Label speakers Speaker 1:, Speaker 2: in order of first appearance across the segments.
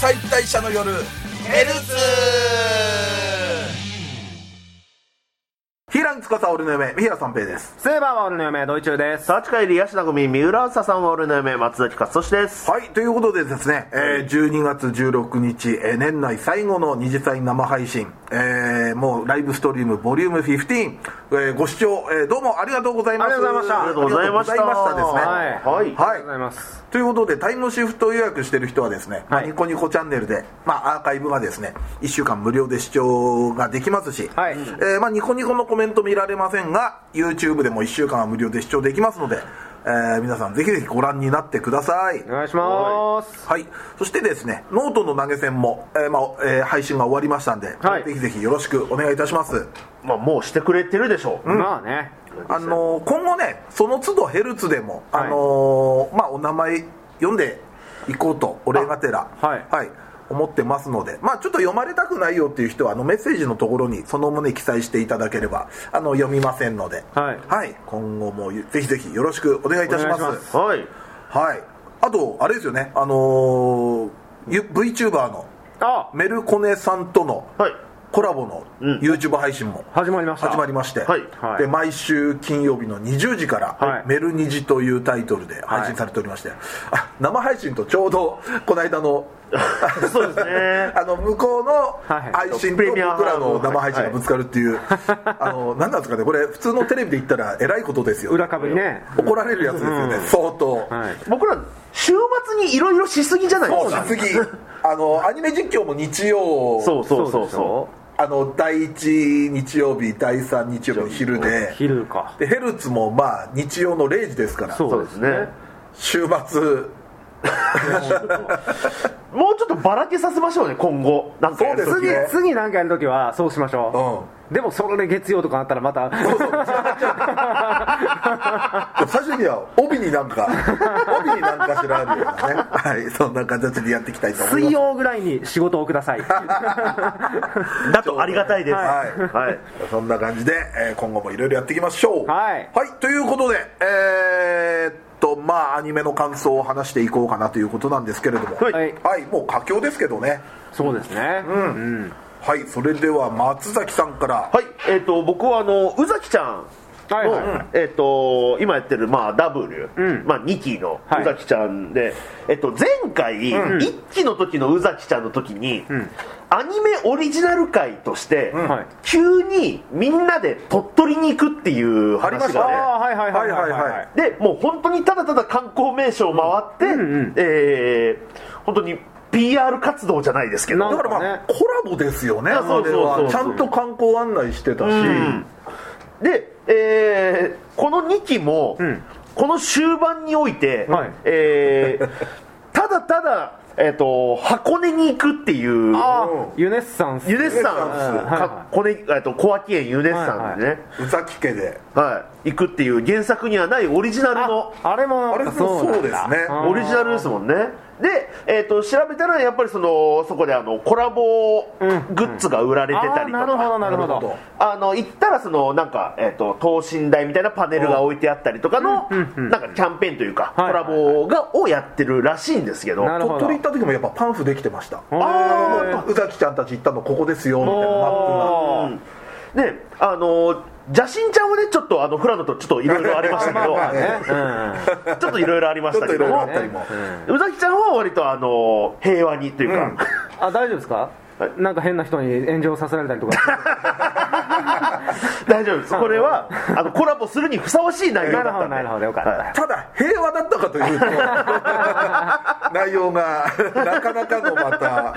Speaker 1: 解体者の夜ヘルツ
Speaker 2: ヒーラン司俺の嫁、三平三平です。
Speaker 3: セーバーは俺の嫁、ドイチューです。
Speaker 4: さあ、近いり、ヤシナ組、三浦朝さんは俺の夢、松崎勝利です。
Speaker 2: はい、ということでですね、えー12月16日、えー年内最後の二次祭生配信、えーもうライブストリームボリューム15、えーご視聴、えーどうもありがとうございます。
Speaker 3: ありがとうございまし
Speaker 4: あ
Speaker 3: た
Speaker 4: りがとうございました。
Speaker 2: ありがとうございましたですね。
Speaker 3: はい
Speaker 4: は
Speaker 2: はい
Speaker 4: い。
Speaker 3: ありがとうございます。
Speaker 2: ということでタイムシフト予約してる人はですね、まあ
Speaker 3: はい
Speaker 2: ニコニコチャンネルで、まあ、アーカイブがですね1週間無料で視聴ができますし、
Speaker 3: はい
Speaker 2: えーまあ、ニコニコのコメント見られませんが YouTube でも1週間は無料で視聴できますので、えー皆さんぜひぜひご覧になってください
Speaker 3: お願いします。
Speaker 2: はい、そしてですねノートの投げ銭も、えーまあえー配信が終わりましたんで、
Speaker 3: はい
Speaker 2: ぜひぜひよろしくお願いいたします
Speaker 4: まあ、もうしてくれてるでしょう。
Speaker 3: まあね。
Speaker 2: あのー今後ねその都度ヘルツでも、
Speaker 3: はい
Speaker 2: あのーまあ、お名前読んでいこうとお礼がてら
Speaker 3: あはい
Speaker 2: 思ってますので、まあ、ちょっと読まれたくないよっていう人はあのメッセージのところにその旨記載していただければあの読みませんので、
Speaker 3: はい
Speaker 2: 今後もぜひぜひよろしくお願いいたします
Speaker 3: お願いし
Speaker 4: はい。
Speaker 2: はい、あとあれですよね、あのー、ゆ VTuber の
Speaker 3: あ
Speaker 2: メルコネさんとの
Speaker 4: はい。
Speaker 2: コラボの
Speaker 4: うん
Speaker 2: YouTube 配信も
Speaker 3: 始まりました。
Speaker 2: 始まりまして、
Speaker 4: はい
Speaker 3: はい
Speaker 2: で毎週金曜日の20時から「
Speaker 3: はい
Speaker 2: メルニジ」というタイトルで配信されておりまして、あ生配信とちょうどこの間の
Speaker 4: そうですね
Speaker 2: あの向こうの
Speaker 3: はい
Speaker 2: 配信と
Speaker 4: プレ
Speaker 2: 僕
Speaker 4: ミアム
Speaker 2: らの生配信がぶつかるっていう、あの何なんですかねこれ普通のテレビで言ったらえらいことですよ
Speaker 3: 裏かぶりね。
Speaker 2: 怒られるやつですよね、相当、
Speaker 3: はい。
Speaker 4: 僕ら、週末にいろいろしすぎじゃないで
Speaker 2: もう
Speaker 4: すか。
Speaker 2: 次あのアニメ実況も日曜
Speaker 4: そうそうそうそ
Speaker 2: あの第1日曜日第3日曜日の昼で
Speaker 3: 昼か。
Speaker 2: でヘルツもまあ日曜の0時ですから
Speaker 4: う。そうですね。
Speaker 2: 週末
Speaker 4: もうちょっとばらけさせましょうね、今後。なんかやるとき
Speaker 2: そうですね
Speaker 3: 次、次なんかやるときは、そうしましょ
Speaker 2: う
Speaker 3: う。でも、それで月曜とかあったらまた、
Speaker 2: 最終的には帯になん か帯になんかしらあるようなねはいそんな形でやっていきたいと思います
Speaker 3: 水曜ぐらいに仕事をください。
Speaker 4: だとありがたいです。
Speaker 2: はい
Speaker 4: はい。
Speaker 2: そんな感じで、えー今後もいろいろやっていきましょう
Speaker 3: はい
Speaker 2: ということでえーっとまあアニメの感想を話していこうかなということなんですけれども
Speaker 4: はい
Speaker 3: はい
Speaker 2: はい、もう佳境ですけどね
Speaker 3: そうですね。うん。
Speaker 2: はいそれでは松崎さんから
Speaker 4: はい、えっ、と僕はあの宇崎ちゃんの、
Speaker 3: はいはい
Speaker 4: えっ、と今やってるまあ W、
Speaker 3: うん
Speaker 4: まあ2期の
Speaker 3: はい
Speaker 4: 宇崎ちゃんで、えっ、と前回、1期の時の宇崎ちゃんの時に、
Speaker 3: ん
Speaker 4: アニメオリジナル回として、
Speaker 3: はい
Speaker 4: 急にみんなで鳥取に行くっていう
Speaker 2: ありまし
Speaker 4: 話
Speaker 2: たね
Speaker 4: がね。
Speaker 3: ああ、はいはいはいはい
Speaker 2: はいは
Speaker 3: はいい
Speaker 2: は
Speaker 3: はいい。
Speaker 4: でもう本当にただただ観光名所を回って、
Speaker 3: うんうん
Speaker 4: えー本当に PR 活動じゃないですけど
Speaker 3: な
Speaker 2: だからまあ、
Speaker 3: ね
Speaker 2: コラボですよね
Speaker 4: あそうそうそう
Speaker 2: あれはちゃんと観光案内してたし、
Speaker 4: で、えーこの2期も、
Speaker 3: ん
Speaker 4: この終盤において、
Speaker 3: はい
Speaker 4: えーただただ、えー、と箱根に行くっていう
Speaker 3: ああ、ユネッサンス。
Speaker 4: ユネッサンス
Speaker 3: はいはい
Speaker 4: かこねえーと小涌園ユネッサンスでね、
Speaker 2: 宇崎家で
Speaker 4: はい行くっていう原作にはないオリジナルの
Speaker 3: ああれも
Speaker 2: あれもそうですね
Speaker 3: あー
Speaker 4: オリジナルですもんねで、えー、と調べたらやっぱりそのそこであのコラボグッズが売られてたりと
Speaker 3: あーなるほ
Speaker 4: か
Speaker 3: どなる
Speaker 2: な
Speaker 3: ほ
Speaker 2: るほ
Speaker 3: ど
Speaker 4: あの行ったらそのなんか、えー、と等身大みたいなパネルが置いてあったりとかの、なんかキャンペーンというか、
Speaker 3: はいはい
Speaker 4: コラボがをやってるらしいんですけど
Speaker 3: なるほど
Speaker 2: 鳥取行った時もやっぱパンフできてました
Speaker 3: ー
Speaker 2: ああ宇崎ちゃんたち行ったのここですよみたいなマッ
Speaker 4: うんねあの邪神ちゃんはねちょっとあのフラノとちょっといろいろありましたけど
Speaker 2: まあまあね
Speaker 3: ね
Speaker 4: ちょっといろいろありま
Speaker 2: プ
Speaker 4: し
Speaker 2: がちょ
Speaker 4: た
Speaker 2: っと
Speaker 4: け
Speaker 2: いろ
Speaker 4: ど
Speaker 2: いろあ
Speaker 4: も
Speaker 2: ったりも、
Speaker 4: 宇崎ちゃんは割とあの平和にというか、
Speaker 3: うんあ大丈夫ですか
Speaker 4: はい
Speaker 3: なんか変な人に炎上させられたりとか
Speaker 4: 大丈夫ですこれはあのコラボするにふさわしい内容
Speaker 3: な
Speaker 4: だ
Speaker 3: る
Speaker 4: っ
Speaker 3: ほ
Speaker 4: た
Speaker 3: ど
Speaker 4: んで
Speaker 3: なるほどよかった、
Speaker 4: は
Speaker 2: ただ平和だったかというと内容がなかなかのまた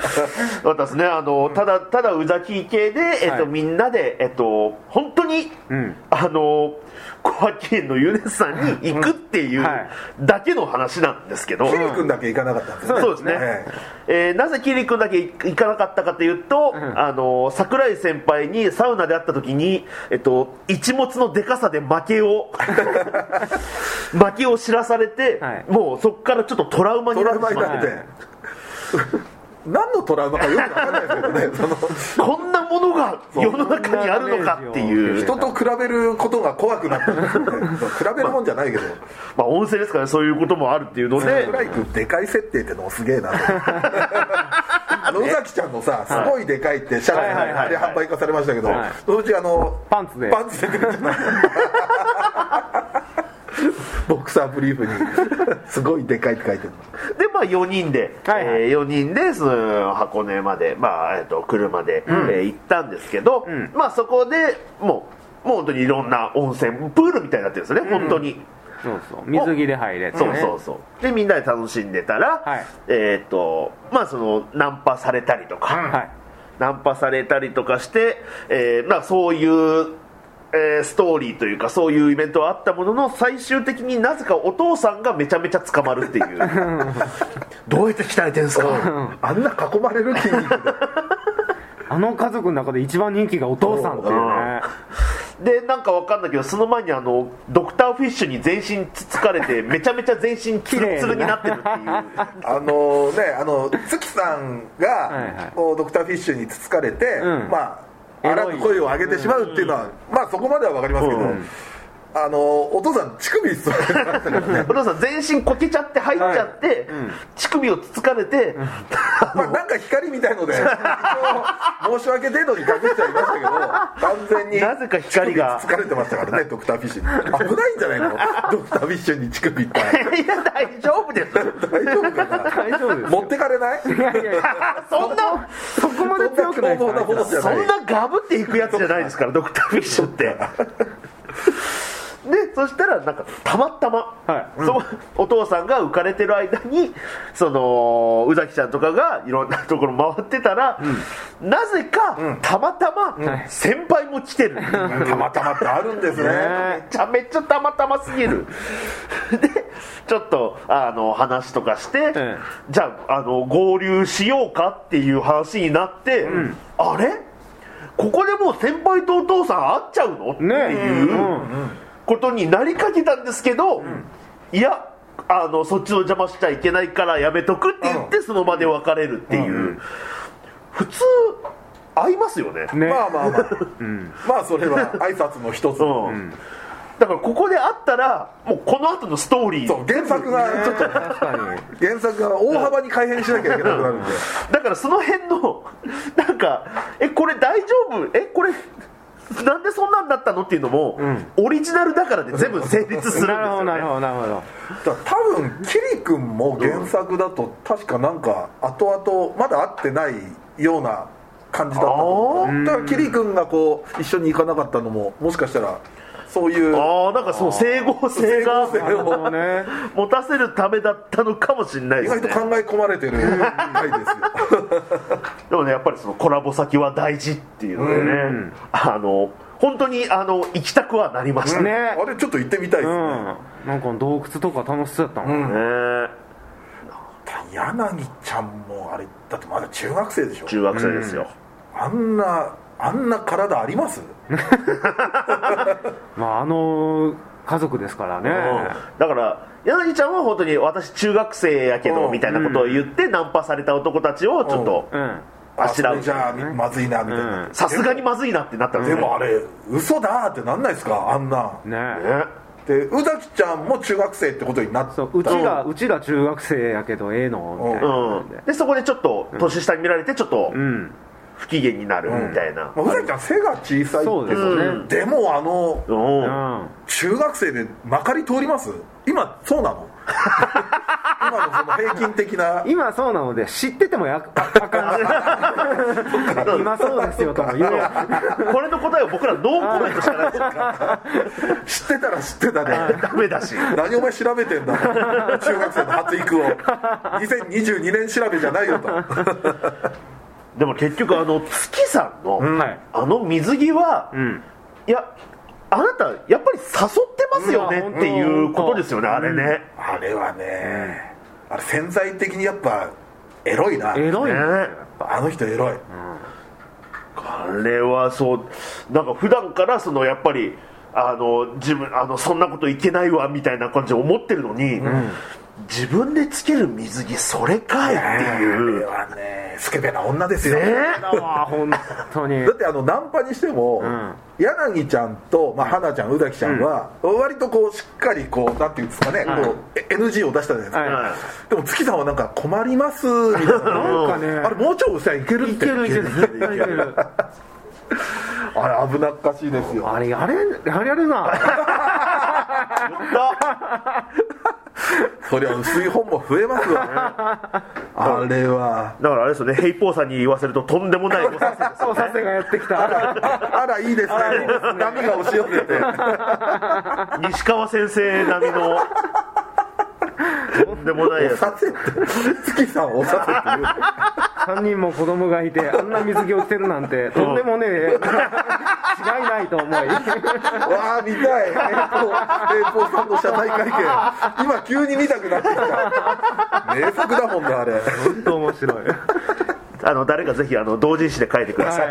Speaker 4: そうですねあのただただ宇崎系で、えっと
Speaker 3: はい
Speaker 4: みんなで、えっと、本当に、
Speaker 3: ん
Speaker 4: あの小涌園のユネスさんに行くっていう
Speaker 3: うんはい
Speaker 4: だけの話なんですけど、
Speaker 2: ケリ君だけ行かなかったんですよね
Speaker 4: そうですね、
Speaker 2: え
Speaker 4: えーなぜキリ君だけ行かなかったかというと、
Speaker 3: ん
Speaker 4: あの桜井先輩にサウナで会った時に、えっと、一物のでかさで負けを負けを知らされて、
Speaker 3: はい
Speaker 4: もうそこからちょっとトラウマに
Speaker 2: ト
Speaker 4: なっ
Speaker 2: ラ
Speaker 4: て
Speaker 2: ウ
Speaker 4: しま
Speaker 2: マ
Speaker 4: っ
Speaker 2: に
Speaker 4: て、
Speaker 2: なって、
Speaker 3: は
Speaker 2: 何のトラウマかよく分かんないですけどねその
Speaker 4: こんなものが世の中にあるのかっていう
Speaker 2: 人と比べることが怖くなったんですよね比べるもんじゃないけど
Speaker 4: まあ温泉ですからねそういうこともあるっていうので
Speaker 2: 桜井君でかい設定ってのもすげえな の宇崎ちゃんのさすごいでかいってシャ
Speaker 4: はいはい
Speaker 2: ラ
Speaker 4: はい
Speaker 2: で販売化されましたけど
Speaker 3: はい
Speaker 2: そのうちあの
Speaker 3: パンツで
Speaker 2: パンツでくれちゃったボクサーブリーフ にすごいでかいって書いてる
Speaker 4: でまあ4人で、
Speaker 3: はいはい
Speaker 4: え4人でその箱根まで、まあえっと車で、えー行ったんですけど、
Speaker 3: ん
Speaker 4: まあ、そこでもうもう本当にいろんな温泉プールみたいになってるんですよね本当に、
Speaker 3: そうそう水着で入れて、ね、
Speaker 4: そうそうそうでみんなで楽しんでたら、
Speaker 3: はい
Speaker 4: えっとまあそのナンパされたりとか、
Speaker 3: はい
Speaker 4: ナンパされたりとかして、えーまあ、そういう、えーストーリーというかそういうイベントはあったものの最終的になぜかお父さんがめちゃめちゃ捕まるっていう どうやって鍛えてんすか
Speaker 2: あんな囲まれる筋肉で
Speaker 3: あの家族の中で一番人気がお父さんっていうね
Speaker 4: でなんかわかんないけどその前にあのドクターフィッシュに全身つつかれてめちゃめちゃ全身ツルツルになってるっていう
Speaker 2: あのねあの月さん
Speaker 3: いは
Speaker 2: が
Speaker 3: い
Speaker 2: こうドクターフィッシュにつつかれて
Speaker 3: うん
Speaker 2: まあ
Speaker 3: エロい
Speaker 2: 荒く声を上げてしまうっていうのはまあそこまではわかりますけど
Speaker 4: うん
Speaker 2: あのお父さん乳首吸われてましたから ね
Speaker 4: お父さん全身こけちゃって入っちゃって、乳首をつつかれて、
Speaker 2: まあ、なんか光みたいので、一応申し訳程度に隠しちゃいましたけど、完全に
Speaker 4: なぜか光が
Speaker 2: 乳首疲れてましたからね、ドクターフィッシュに。危ないんじゃないのドクターフィッシュに乳首いっぱい。
Speaker 4: いや大丈夫 です
Speaker 2: 大丈夫かな
Speaker 3: 大丈夫です
Speaker 2: 持ってかれない
Speaker 3: いやいやいや
Speaker 4: そんな
Speaker 3: そこまで強くないです
Speaker 2: そんな凶暴
Speaker 3: か
Speaker 2: な
Speaker 3: ら
Speaker 2: ほどじゃ
Speaker 4: そ
Speaker 2: ない
Speaker 4: んなガブっていくやつじゃないですからドクターフィッシュってでそしたらなんかたまたま、
Speaker 3: はい
Speaker 4: そお父さんが浮かれてる間にその宇崎ちゃんとかがいろんなところ回ってたら、なぜか、たまたま先輩も来てる、
Speaker 2: たまたまってあるんですね。
Speaker 4: めちゃめちゃたまたますぎ るでちょっとあの話とかして、
Speaker 3: え
Speaker 4: じゃああの合流しようかっていう話になって、あれここでもう先輩とお父さん会っちゃうのって
Speaker 3: ね
Speaker 4: いうことになりかけたんですけど、いやあのそっちの邪魔しちゃいけないからやめとくって言って、その場で別れるっていう、普通会いますよね
Speaker 3: ね
Speaker 2: まあまあまあ、まあそれは挨拶の一つ。
Speaker 4: うんだからここで会ったらもうこの後のストーリー
Speaker 2: そう、原作が、ちょっと、
Speaker 3: 確か
Speaker 2: 原作が大幅に改変しなきゃいけなくなるんで。
Speaker 4: だからその辺の なんかえこれ大丈夫えこれなんでそんなんだったのっていうのも、オリジナルだからで全部成立するんです
Speaker 3: になるほ
Speaker 4: よ、
Speaker 3: ど
Speaker 4: ね、
Speaker 3: なるほどなるほど
Speaker 2: だから多分キリ君も原作だと確かなんか後々まだ会ってないような感じだったと思うだからキリ君がこう一緒に行かなかったのももしかしたらそういう
Speaker 4: ああなんかその整合性が
Speaker 2: 整合性
Speaker 3: なるほどね
Speaker 4: 持たせるためだったのかもしれない
Speaker 2: 意
Speaker 4: です
Speaker 2: 外と
Speaker 4: ね
Speaker 2: 考え込まれてる回ですよ
Speaker 4: でもねやっぱりそのコラボ先は大事っていうのでね、あの本当にあの行きたくはなりました ね、
Speaker 3: ね
Speaker 2: あれちょっと行ってみたいです
Speaker 3: う
Speaker 2: ね、
Speaker 3: んなんか洞窟とか楽しそうだったもんね
Speaker 4: ね
Speaker 2: 柳ちゃんもあれだってまだ中学生でしょ
Speaker 4: 中学生ですよ、
Speaker 2: あんなあんな体あります
Speaker 3: まああの家族ですからね
Speaker 4: だから柳ちゃんは本当に私中学生やけど
Speaker 2: うん
Speaker 4: みたいなことを言ってナンパされた男たちをちょっと
Speaker 3: うん
Speaker 2: あ
Speaker 4: あ
Speaker 2: そ
Speaker 4: しら
Speaker 2: れ
Speaker 4: う
Speaker 2: じゃあまずいなみたいな、
Speaker 3: う
Speaker 4: さすがにまずいなってなったんです
Speaker 2: で
Speaker 4: よ
Speaker 2: もあれ嘘だーってなんないですかあんな
Speaker 3: ね
Speaker 4: ね
Speaker 2: で宇崎ちゃんも中学生ってことになった
Speaker 3: そううちがうちら中学生やけどええのみたいな感じ
Speaker 4: うん、でそこでちょっと年下に見られてちょっと
Speaker 3: うん
Speaker 4: 不機嫌になるみたいな、
Speaker 2: まあ宇崎ちゃん背が小さい
Speaker 3: そう
Speaker 2: け
Speaker 3: です
Speaker 2: ど
Speaker 3: よね
Speaker 4: うん
Speaker 2: でもあの
Speaker 4: うん
Speaker 3: うん
Speaker 2: 中学生でまかり通ります今そうなの今のその平均的な
Speaker 3: 今そうなので知っててもやああかんし今 そうですよとも言えない
Speaker 4: これの答えは僕らノーコメントしかないですから
Speaker 2: 知ってたら知ってたで
Speaker 4: ダメだし
Speaker 2: 何お前調べてんだ中学生の発育を2022年調べじゃないよと
Speaker 4: でも結局あの月さんの、
Speaker 3: はい
Speaker 4: あの水着は、
Speaker 3: ん
Speaker 4: いやあなたやっぱり誘ってますよ
Speaker 3: うわ
Speaker 4: ねっていうことですよね、あれね、
Speaker 2: あれはねあれ潜在的にやっぱエロいな
Speaker 3: エロいね
Speaker 4: ね
Speaker 2: あの人エロい
Speaker 4: あれはそうなんか普段からそのやっぱりあの自分あのそんなこといけないわみたいな感じで思ってるのに、自分でつける水着それかいっていう、
Speaker 2: これはねスケベな女ですよ、
Speaker 4: ね
Speaker 3: だわ本当に
Speaker 2: だってあのナンパにしても、
Speaker 3: ん
Speaker 2: 柳ちゃんと、まあ、花ちゃん宇崎ちゃんは、割とこうしっかりこうなんていうんですかね、こうえ NG を出したじゃないですか、
Speaker 3: は
Speaker 2: でも月さんはなんか困りますみたいな
Speaker 3: なんかね
Speaker 2: あれもうちょいしたらいける
Speaker 3: い
Speaker 2: って
Speaker 3: けるいける絶対いける
Speaker 2: あれ危なっかしいですよ
Speaker 3: あれやれやれやるな
Speaker 2: そりゃ薄い本も増えます わあれは
Speaker 4: だからあれですよねヘイポーさんに言わせるととんでもない誤差です
Speaker 3: そうさせがやってきた
Speaker 2: あらいいですね波が押し寄せて
Speaker 4: 西川先生並みのとんでもないや
Speaker 2: 押
Speaker 4: つ
Speaker 2: させって月さんを押 さ
Speaker 3: 3人も子供がいてあんな水着を着てるなんてとんで もねえ違いないと思い
Speaker 2: せっていうわあ見たいえーとえーとさんの謝罪会見今急に見たくなってきた名作だもんなあれ
Speaker 3: 本当面白い
Speaker 4: あの誰かぜひあの同人誌で書いてください、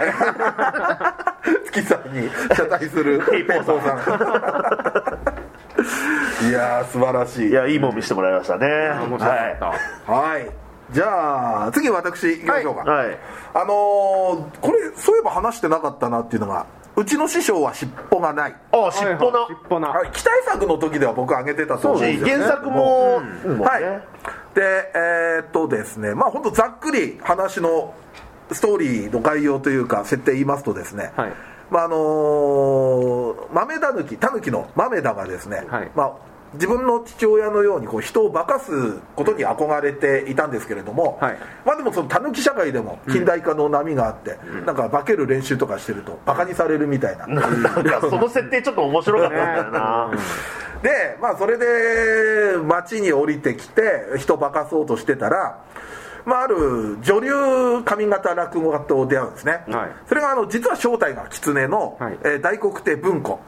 Speaker 2: 月さんに謝罪する
Speaker 4: ヘイポーさん
Speaker 2: んいやー素晴らしい
Speaker 4: いやいいもん見せてもらいましたね
Speaker 3: 面白かった、
Speaker 2: はいじゃあ次私行きましょうか、
Speaker 4: はいはい
Speaker 2: あのーこれそういえば話してなかったなっていうのがうちの師匠は尻尾がない
Speaker 4: はい、あ尻尾の、
Speaker 3: 尻尾な
Speaker 2: あ期待作の時では僕あげてたと思うんですよ、ね、
Speaker 4: 原作も、うん
Speaker 2: はい
Speaker 4: もうね
Speaker 2: でえーっとですねまあ本当ざっくり話のストーリーの概要というか設定言いますとですね、
Speaker 3: はい
Speaker 2: まああのー豆狸狸の豆田がですね、
Speaker 3: はい
Speaker 2: まあ自分の父親のようにこう人を化かすことに憧れていたんですけれども、
Speaker 3: はい
Speaker 2: まあでもその狸社会でも近代化の波があって、なんか化ける練習とかしてるとバカにされるみたいな、
Speaker 4: なんかその設定ちょっと面白かったんだよな、
Speaker 2: で、まあ、それで町に降りてきて人化かそうとしてたら、まあ、ある女流上方落語家と出会うんですね、
Speaker 3: はい
Speaker 2: それがあの実は正体が狐の、
Speaker 3: はい
Speaker 2: えー大黒亭文庫、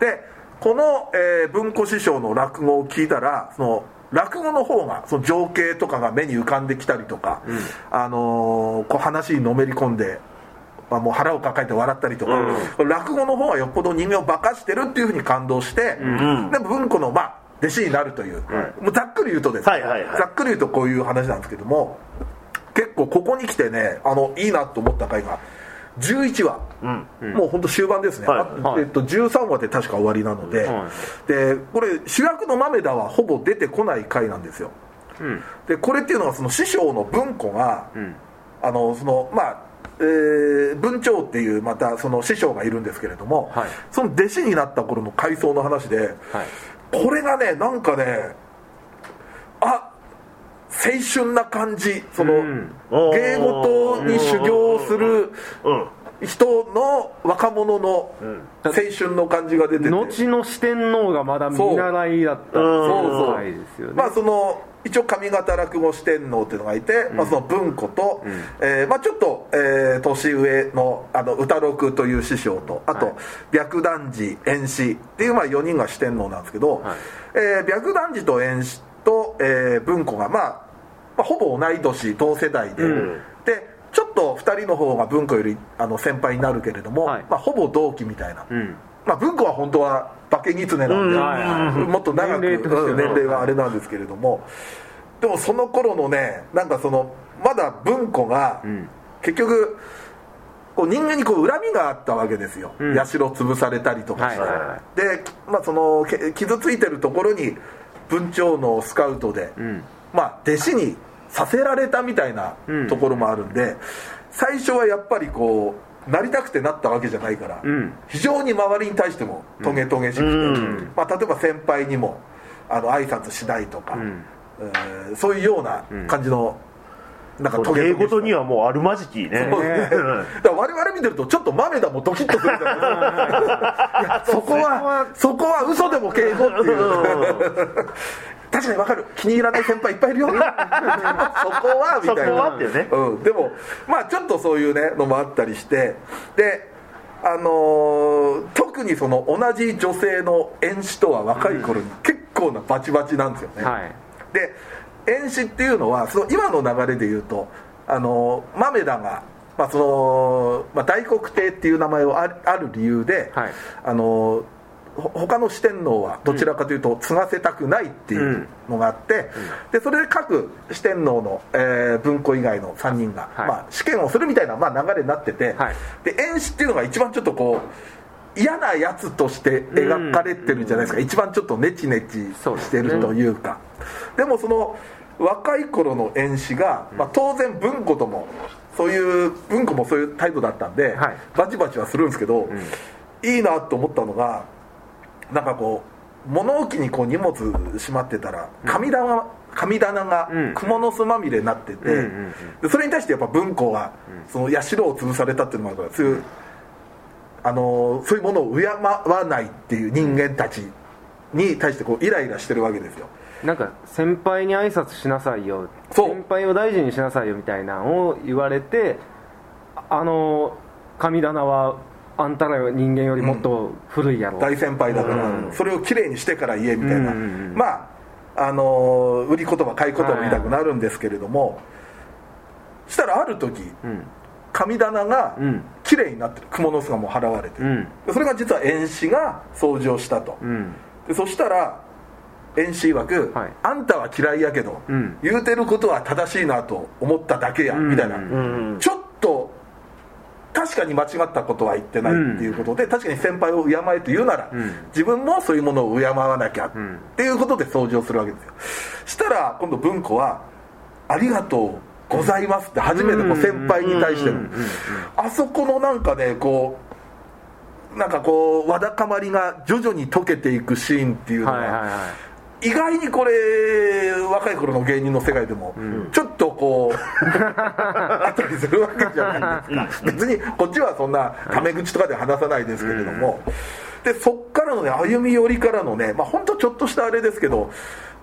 Speaker 2: でこの、えー文庫師匠の落語を聞いたらその落語の方がその情景とかが目に浮かんできたりとか、あのーこう話にのめり込んでまあ、もう腹を抱えて笑ったりとか、落語の方はよっぽど人間を化かしてるっていうふうに感動して、で文庫のまあ弟子になるという、もうざっくり言うとですね、
Speaker 4: はいはいはい
Speaker 2: ざっくり言うとこういう話なんですけども結構ここに来てねあのいいなと思った回が11話、もう本当終盤ですね、
Speaker 4: はい
Speaker 2: あ
Speaker 3: はい
Speaker 2: えっと、13話で確か終わりなので、
Speaker 3: は
Speaker 2: でこれ主役の豆田はほぼ出てこない回なんですよ
Speaker 3: うん
Speaker 2: でこれっていうのはその師匠の文庫が、
Speaker 3: ん
Speaker 2: あのそのまあえー文長っていうまたその師匠がいるんですけれども、
Speaker 3: はい
Speaker 2: その弟子になった頃の回想の話で、
Speaker 3: はい
Speaker 2: これがねなんかねあ青春な感じその、
Speaker 3: ん
Speaker 2: 芸事に修行をする
Speaker 4: うん
Speaker 2: 人の若者の青春の感じが出てて、
Speaker 3: 後の四天王がまだ見習いだった
Speaker 2: そう
Speaker 3: 世界ですよね
Speaker 2: まあその一応上方落語四天王っていうのがいて、まあ、その文庫と、えーまあ、ちょっと、えー年上のあの歌六という師匠とあと、
Speaker 3: はい
Speaker 2: 白檀寺遠志っていう、まあ、4人が四天王なんですけど、
Speaker 3: はい
Speaker 2: えー白檀寺と遠志と、えー文庫が、まあ、まあほぼ同い年同世代で、
Speaker 3: うん
Speaker 2: でちょっと2人の方が文庫よりあの先輩になるけれども、
Speaker 3: はい
Speaker 2: まあ、ほぼ同期みたいな、
Speaker 3: うん
Speaker 2: まあ、文庫は本当は化け狐なんで、
Speaker 3: うんはいはい
Speaker 2: もっと長く
Speaker 3: 年齢としては
Speaker 2: うん年齢はあれなんですけれどもでもその頃のねなんかそのまだ文庫が
Speaker 3: ん
Speaker 2: 結局こう人間にこう恨みがあったわけですよ、
Speaker 3: ん
Speaker 2: 社潰されたりとか
Speaker 3: は
Speaker 2: し
Speaker 3: い
Speaker 2: て、
Speaker 3: はいは
Speaker 2: で、まあ、そのけ傷ついてるところに文鳥のスカウトで、
Speaker 3: ん
Speaker 2: まあ、弟子にさせられたみたいな
Speaker 3: うん
Speaker 2: ところもあるんで、最初はやっぱりこうなりたくてなったわけじゃないから、
Speaker 3: うん
Speaker 2: 非常に周りに対してもトゲトゲしくて、
Speaker 4: うん
Speaker 2: まあ、例えば先輩にもあの挨拶しないとか、
Speaker 3: ん
Speaker 2: えーそういうような感じの、なんかトゲ
Speaker 4: 芸
Speaker 2: トゲ
Speaker 4: 事
Speaker 2: し
Speaker 4: にはもうあるまじきね
Speaker 2: そうね
Speaker 4: うん
Speaker 2: ただから我々見てるとちょっと豆田もドキッとするじゃないですかいやそこはそこは嘘でも敬語っていう確かにわかる気に入らない先輩いっぱいいるよでもそこはみたいな
Speaker 4: そこはっていうね
Speaker 2: うん、でもまあちょっとそういうねのもあったりしてであのー特にその同じ女性の演師とは若い頃に結構なバチバチなんですよね、
Speaker 3: はい
Speaker 2: で遠視っていうのはその今の流れで言うとあの豆田が、まあそのまあ、大黒亭っていう名前をあある理由で、
Speaker 3: はい
Speaker 2: あのほ他の四天王はどちらかというと継がせたくないっていうのがあって、でそれで各四天王の、えー文庫以外の3人が、
Speaker 3: はい
Speaker 2: まあ、試験をするみたいな、まあ、流れになってて、
Speaker 3: はい
Speaker 2: で演師っていうのが一番ちょっとこう嫌なやつとして描かれてるじゃないですか、一番ちょっとネチネチしてるというかで,、もその若い頃の演師が、まあ、当然文庫ともそういう文庫もそういう態度だったんで、
Speaker 3: はい
Speaker 2: バチバチはするんですけど、いいなと思ったのがなんかこう物置にこう荷物しまってたら神棚,、神棚が
Speaker 3: うん
Speaker 2: 蜘蛛の巣まみれになってて、
Speaker 3: うんうんうん
Speaker 2: でそれに対してやっぱ文庫はその社を潰されたっていうのもあるからそういう、あのーそういうものを敬わないっていう人間たちに対してこうイライラしてるわけですよ
Speaker 3: なんか先輩に挨拶しなさいよ
Speaker 2: そう
Speaker 3: 先輩を大事にしなさいよみたいなのを言われてああの神棚はあんたら人間よりもっと古いやろ、
Speaker 2: 大先輩だから、
Speaker 3: うん
Speaker 2: それをきれいにしてから言えみたいな、
Speaker 3: うんうんうん
Speaker 2: まあ、あのー売り言葉買い言葉みたくなるんですけれども、したらある時
Speaker 3: うん
Speaker 2: 神棚が
Speaker 3: うん
Speaker 2: きれいになってる蜘蛛の巣がもう払われて
Speaker 3: う
Speaker 2: る、
Speaker 3: ん
Speaker 2: でそれが実は遠視が掃除をしたと、
Speaker 3: うん
Speaker 2: でそしたら遠視曰く、
Speaker 3: はい
Speaker 2: あんたは嫌いやけど、
Speaker 3: うん
Speaker 2: 言うてることは正しいなと思っただけや」
Speaker 3: ん
Speaker 2: みたいな、
Speaker 3: うん
Speaker 4: うん
Speaker 2: ちょっと確かに間違ったことは言ってないっていうことで、確かに先輩を敬えと言うなら、
Speaker 3: ん
Speaker 2: 自分もそういうものを敬わなきゃ
Speaker 3: ん
Speaker 2: っていうことで掃除をするわけですよしたら今度文庫は「ありがとうございます」って初めてこう
Speaker 3: うん
Speaker 2: 先輩に対しての
Speaker 4: うん
Speaker 2: あそこのなんかねこうなんかこうわだかまりが徐々に溶けていくシーンっていうの
Speaker 3: はいはい
Speaker 2: が
Speaker 3: は
Speaker 2: 意外にこれ若い頃の芸人の世界でもちょっと こう、あったりするわけじゃないですか別にこっちはそんなタメ口とかでは話さないですけれども、でそっからのね歩み寄りからのねまあほんとちょっとしたあれですけど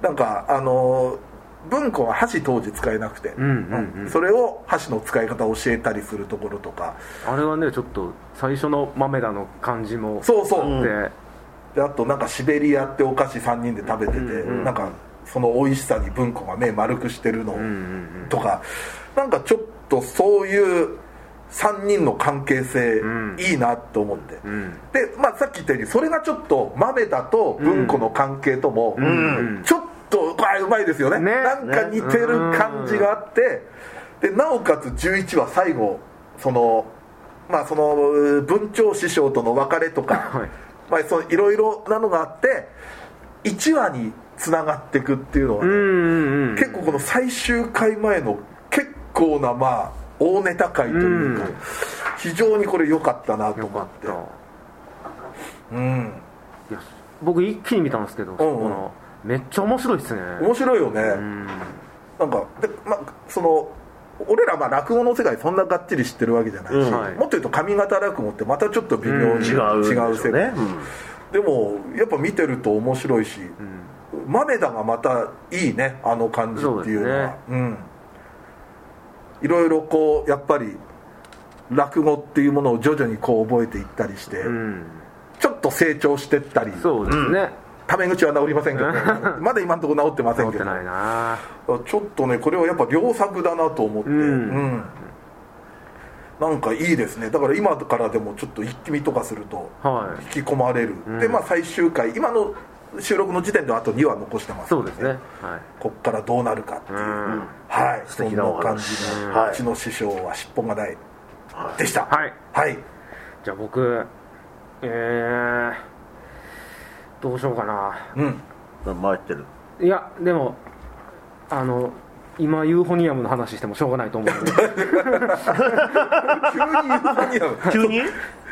Speaker 2: なんかあの文庫は箸当時使えなくて、
Speaker 3: んうんうん
Speaker 2: それを箸の使い方を教えたりするところとか
Speaker 3: いあれはねちょっと最初の豆田の感じも
Speaker 2: そうそう、
Speaker 3: で、
Speaker 2: であとなんかシベリアってお菓子3人で食べてて、なんかその美味しさに文庫が目丸くしてるのとか、なんかちょっとそういう3人の関係性
Speaker 3: ん
Speaker 2: いいなと思って、
Speaker 3: ん
Speaker 2: で、まあ、さっき言ったようにそれがちょっと豆だと文庫の関係とも
Speaker 3: ん
Speaker 2: ちょっとこれうまいですよね
Speaker 3: ね
Speaker 2: なんか似てる感じがあって、でなおかつ11話最後そのまあその文鳥師匠との別れとか、
Speaker 3: はい
Speaker 2: まあ、そのいろいろなのがあって1話につながっていくっていうのは、
Speaker 3: うんうんうん
Speaker 2: 結構この最終回前の結構なまあ大ネタ回というか、
Speaker 3: うん
Speaker 2: 非常にこれ良かったなと
Speaker 3: よ
Speaker 2: 思
Speaker 3: か
Speaker 2: っ
Speaker 3: ってた
Speaker 2: うん
Speaker 3: いや僕一気に見たんですけど、そこのめっちゃ面白いっすね
Speaker 2: 面白いよね、
Speaker 3: うん
Speaker 2: なんかで、まあ、その俺らまあ落語の世界そんながっちり知ってるわけじゃないし、
Speaker 4: うん
Speaker 3: はい
Speaker 2: もっと言うと上方落語ってまたちょっと微妙に
Speaker 4: 違
Speaker 2: 違
Speaker 4: う
Speaker 2: うん
Speaker 4: でしょ
Speaker 2: 世界、
Speaker 4: うね、うん
Speaker 2: でもやっぱ見てると面白いし、豆田がまたいいねあの感じっていうのはう,、んいろいろこうやっぱり落語っていうものを徐々にこう覚えていったりして、
Speaker 3: うん
Speaker 2: ちょっと成長してったり
Speaker 3: そうですね、
Speaker 2: タメ口は治りませんけど、ね、まだ今のところ治ってませ
Speaker 3: 残
Speaker 2: ん
Speaker 3: っ
Speaker 2: け
Speaker 3: て
Speaker 2: ど
Speaker 3: ないな
Speaker 2: ちょっとねこれはやっぱ良作だなと思って
Speaker 3: う
Speaker 2: うんん、なんかいいですねだから今からでもちょっと一気見とかすると
Speaker 3: は
Speaker 2: 引き込まれる、
Speaker 3: うん
Speaker 2: でまあ最終回今の収録の時点ではあと2話残してま
Speaker 3: い
Speaker 2: す
Speaker 3: そうですねは
Speaker 2: こっからどうなるかって
Speaker 3: い
Speaker 2: いう、
Speaker 3: うん
Speaker 2: はい
Speaker 4: 素
Speaker 2: そ
Speaker 4: 敵
Speaker 2: ん
Speaker 4: な
Speaker 2: な
Speaker 4: お
Speaker 2: 感
Speaker 4: 話
Speaker 2: じの、
Speaker 4: はいう
Speaker 2: ちの師匠は尻尾がないでした
Speaker 3: はい
Speaker 2: はい
Speaker 3: じゃあ僕えー、どうしようかな
Speaker 2: うん
Speaker 4: 回ってる
Speaker 3: いやでもあの今ユーフォニアムの話してもしょうがないと思 うんで
Speaker 2: 急にユーフォニ アム
Speaker 4: 急に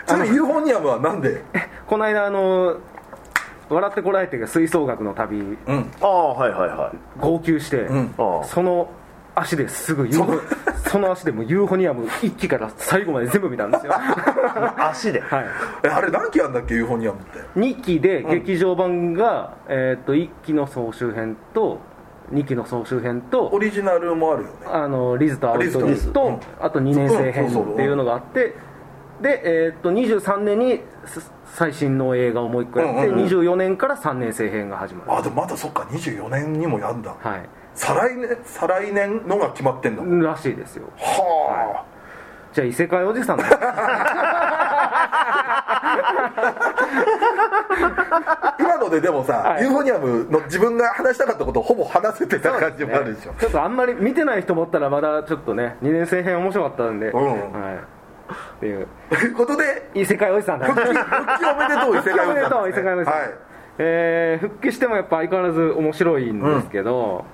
Speaker 2: ちなみにユーフォニアムはなんで
Speaker 3: この間あの「笑ってこらえて」が吹奏楽の旅
Speaker 2: うん
Speaker 4: ああはいはいはい
Speaker 3: 号泣して、
Speaker 2: うん
Speaker 4: ああ
Speaker 3: その足ですぐユーフォその足でもうユーフォニアム一期から最後まで全部見たんですよ は
Speaker 4: 足で
Speaker 2: えあれ何期あんだっけユーフォニアムって
Speaker 3: い2期で劇場版が、えー、と1期の総集編と2期の総集編
Speaker 2: オ
Speaker 3: と
Speaker 2: リジナルもあるよね
Speaker 3: あのリズとアウトリ
Speaker 2: リ
Speaker 3: ズ
Speaker 2: ズ
Speaker 3: と
Speaker 2: とうん
Speaker 3: あと2年生編
Speaker 2: うんそうそう
Speaker 3: っていうのがあってで、えー、と23年にす最新の映画をもう一個やって、
Speaker 2: うんうんうん
Speaker 3: 24年から3年生編が始まる
Speaker 2: あでもまだそっか24年にもやんだ
Speaker 3: はい
Speaker 2: 再来年再来年のが決まってんだ
Speaker 3: らしいですよ
Speaker 2: は
Speaker 3: じゃあ異 世界おじさんだ
Speaker 2: ででもさ、
Speaker 3: はい
Speaker 2: ユーフォニアムの自分が話したかったことをほぼ話せてた感じもあるでしょ
Speaker 3: ちょっとあんまり見てない人もおったらまだちょっとね2年生編面白かったんで、
Speaker 2: ん
Speaker 3: はい、っていう
Speaker 2: ということで
Speaker 3: 異世界おじさんだ復帰
Speaker 2: 復帰おめでとう伊勢
Speaker 3: おめでとう
Speaker 2: 海
Speaker 3: 異世界おじさん、
Speaker 2: はい
Speaker 3: えー復帰してもやっぱ相変わらず面白いんですけど、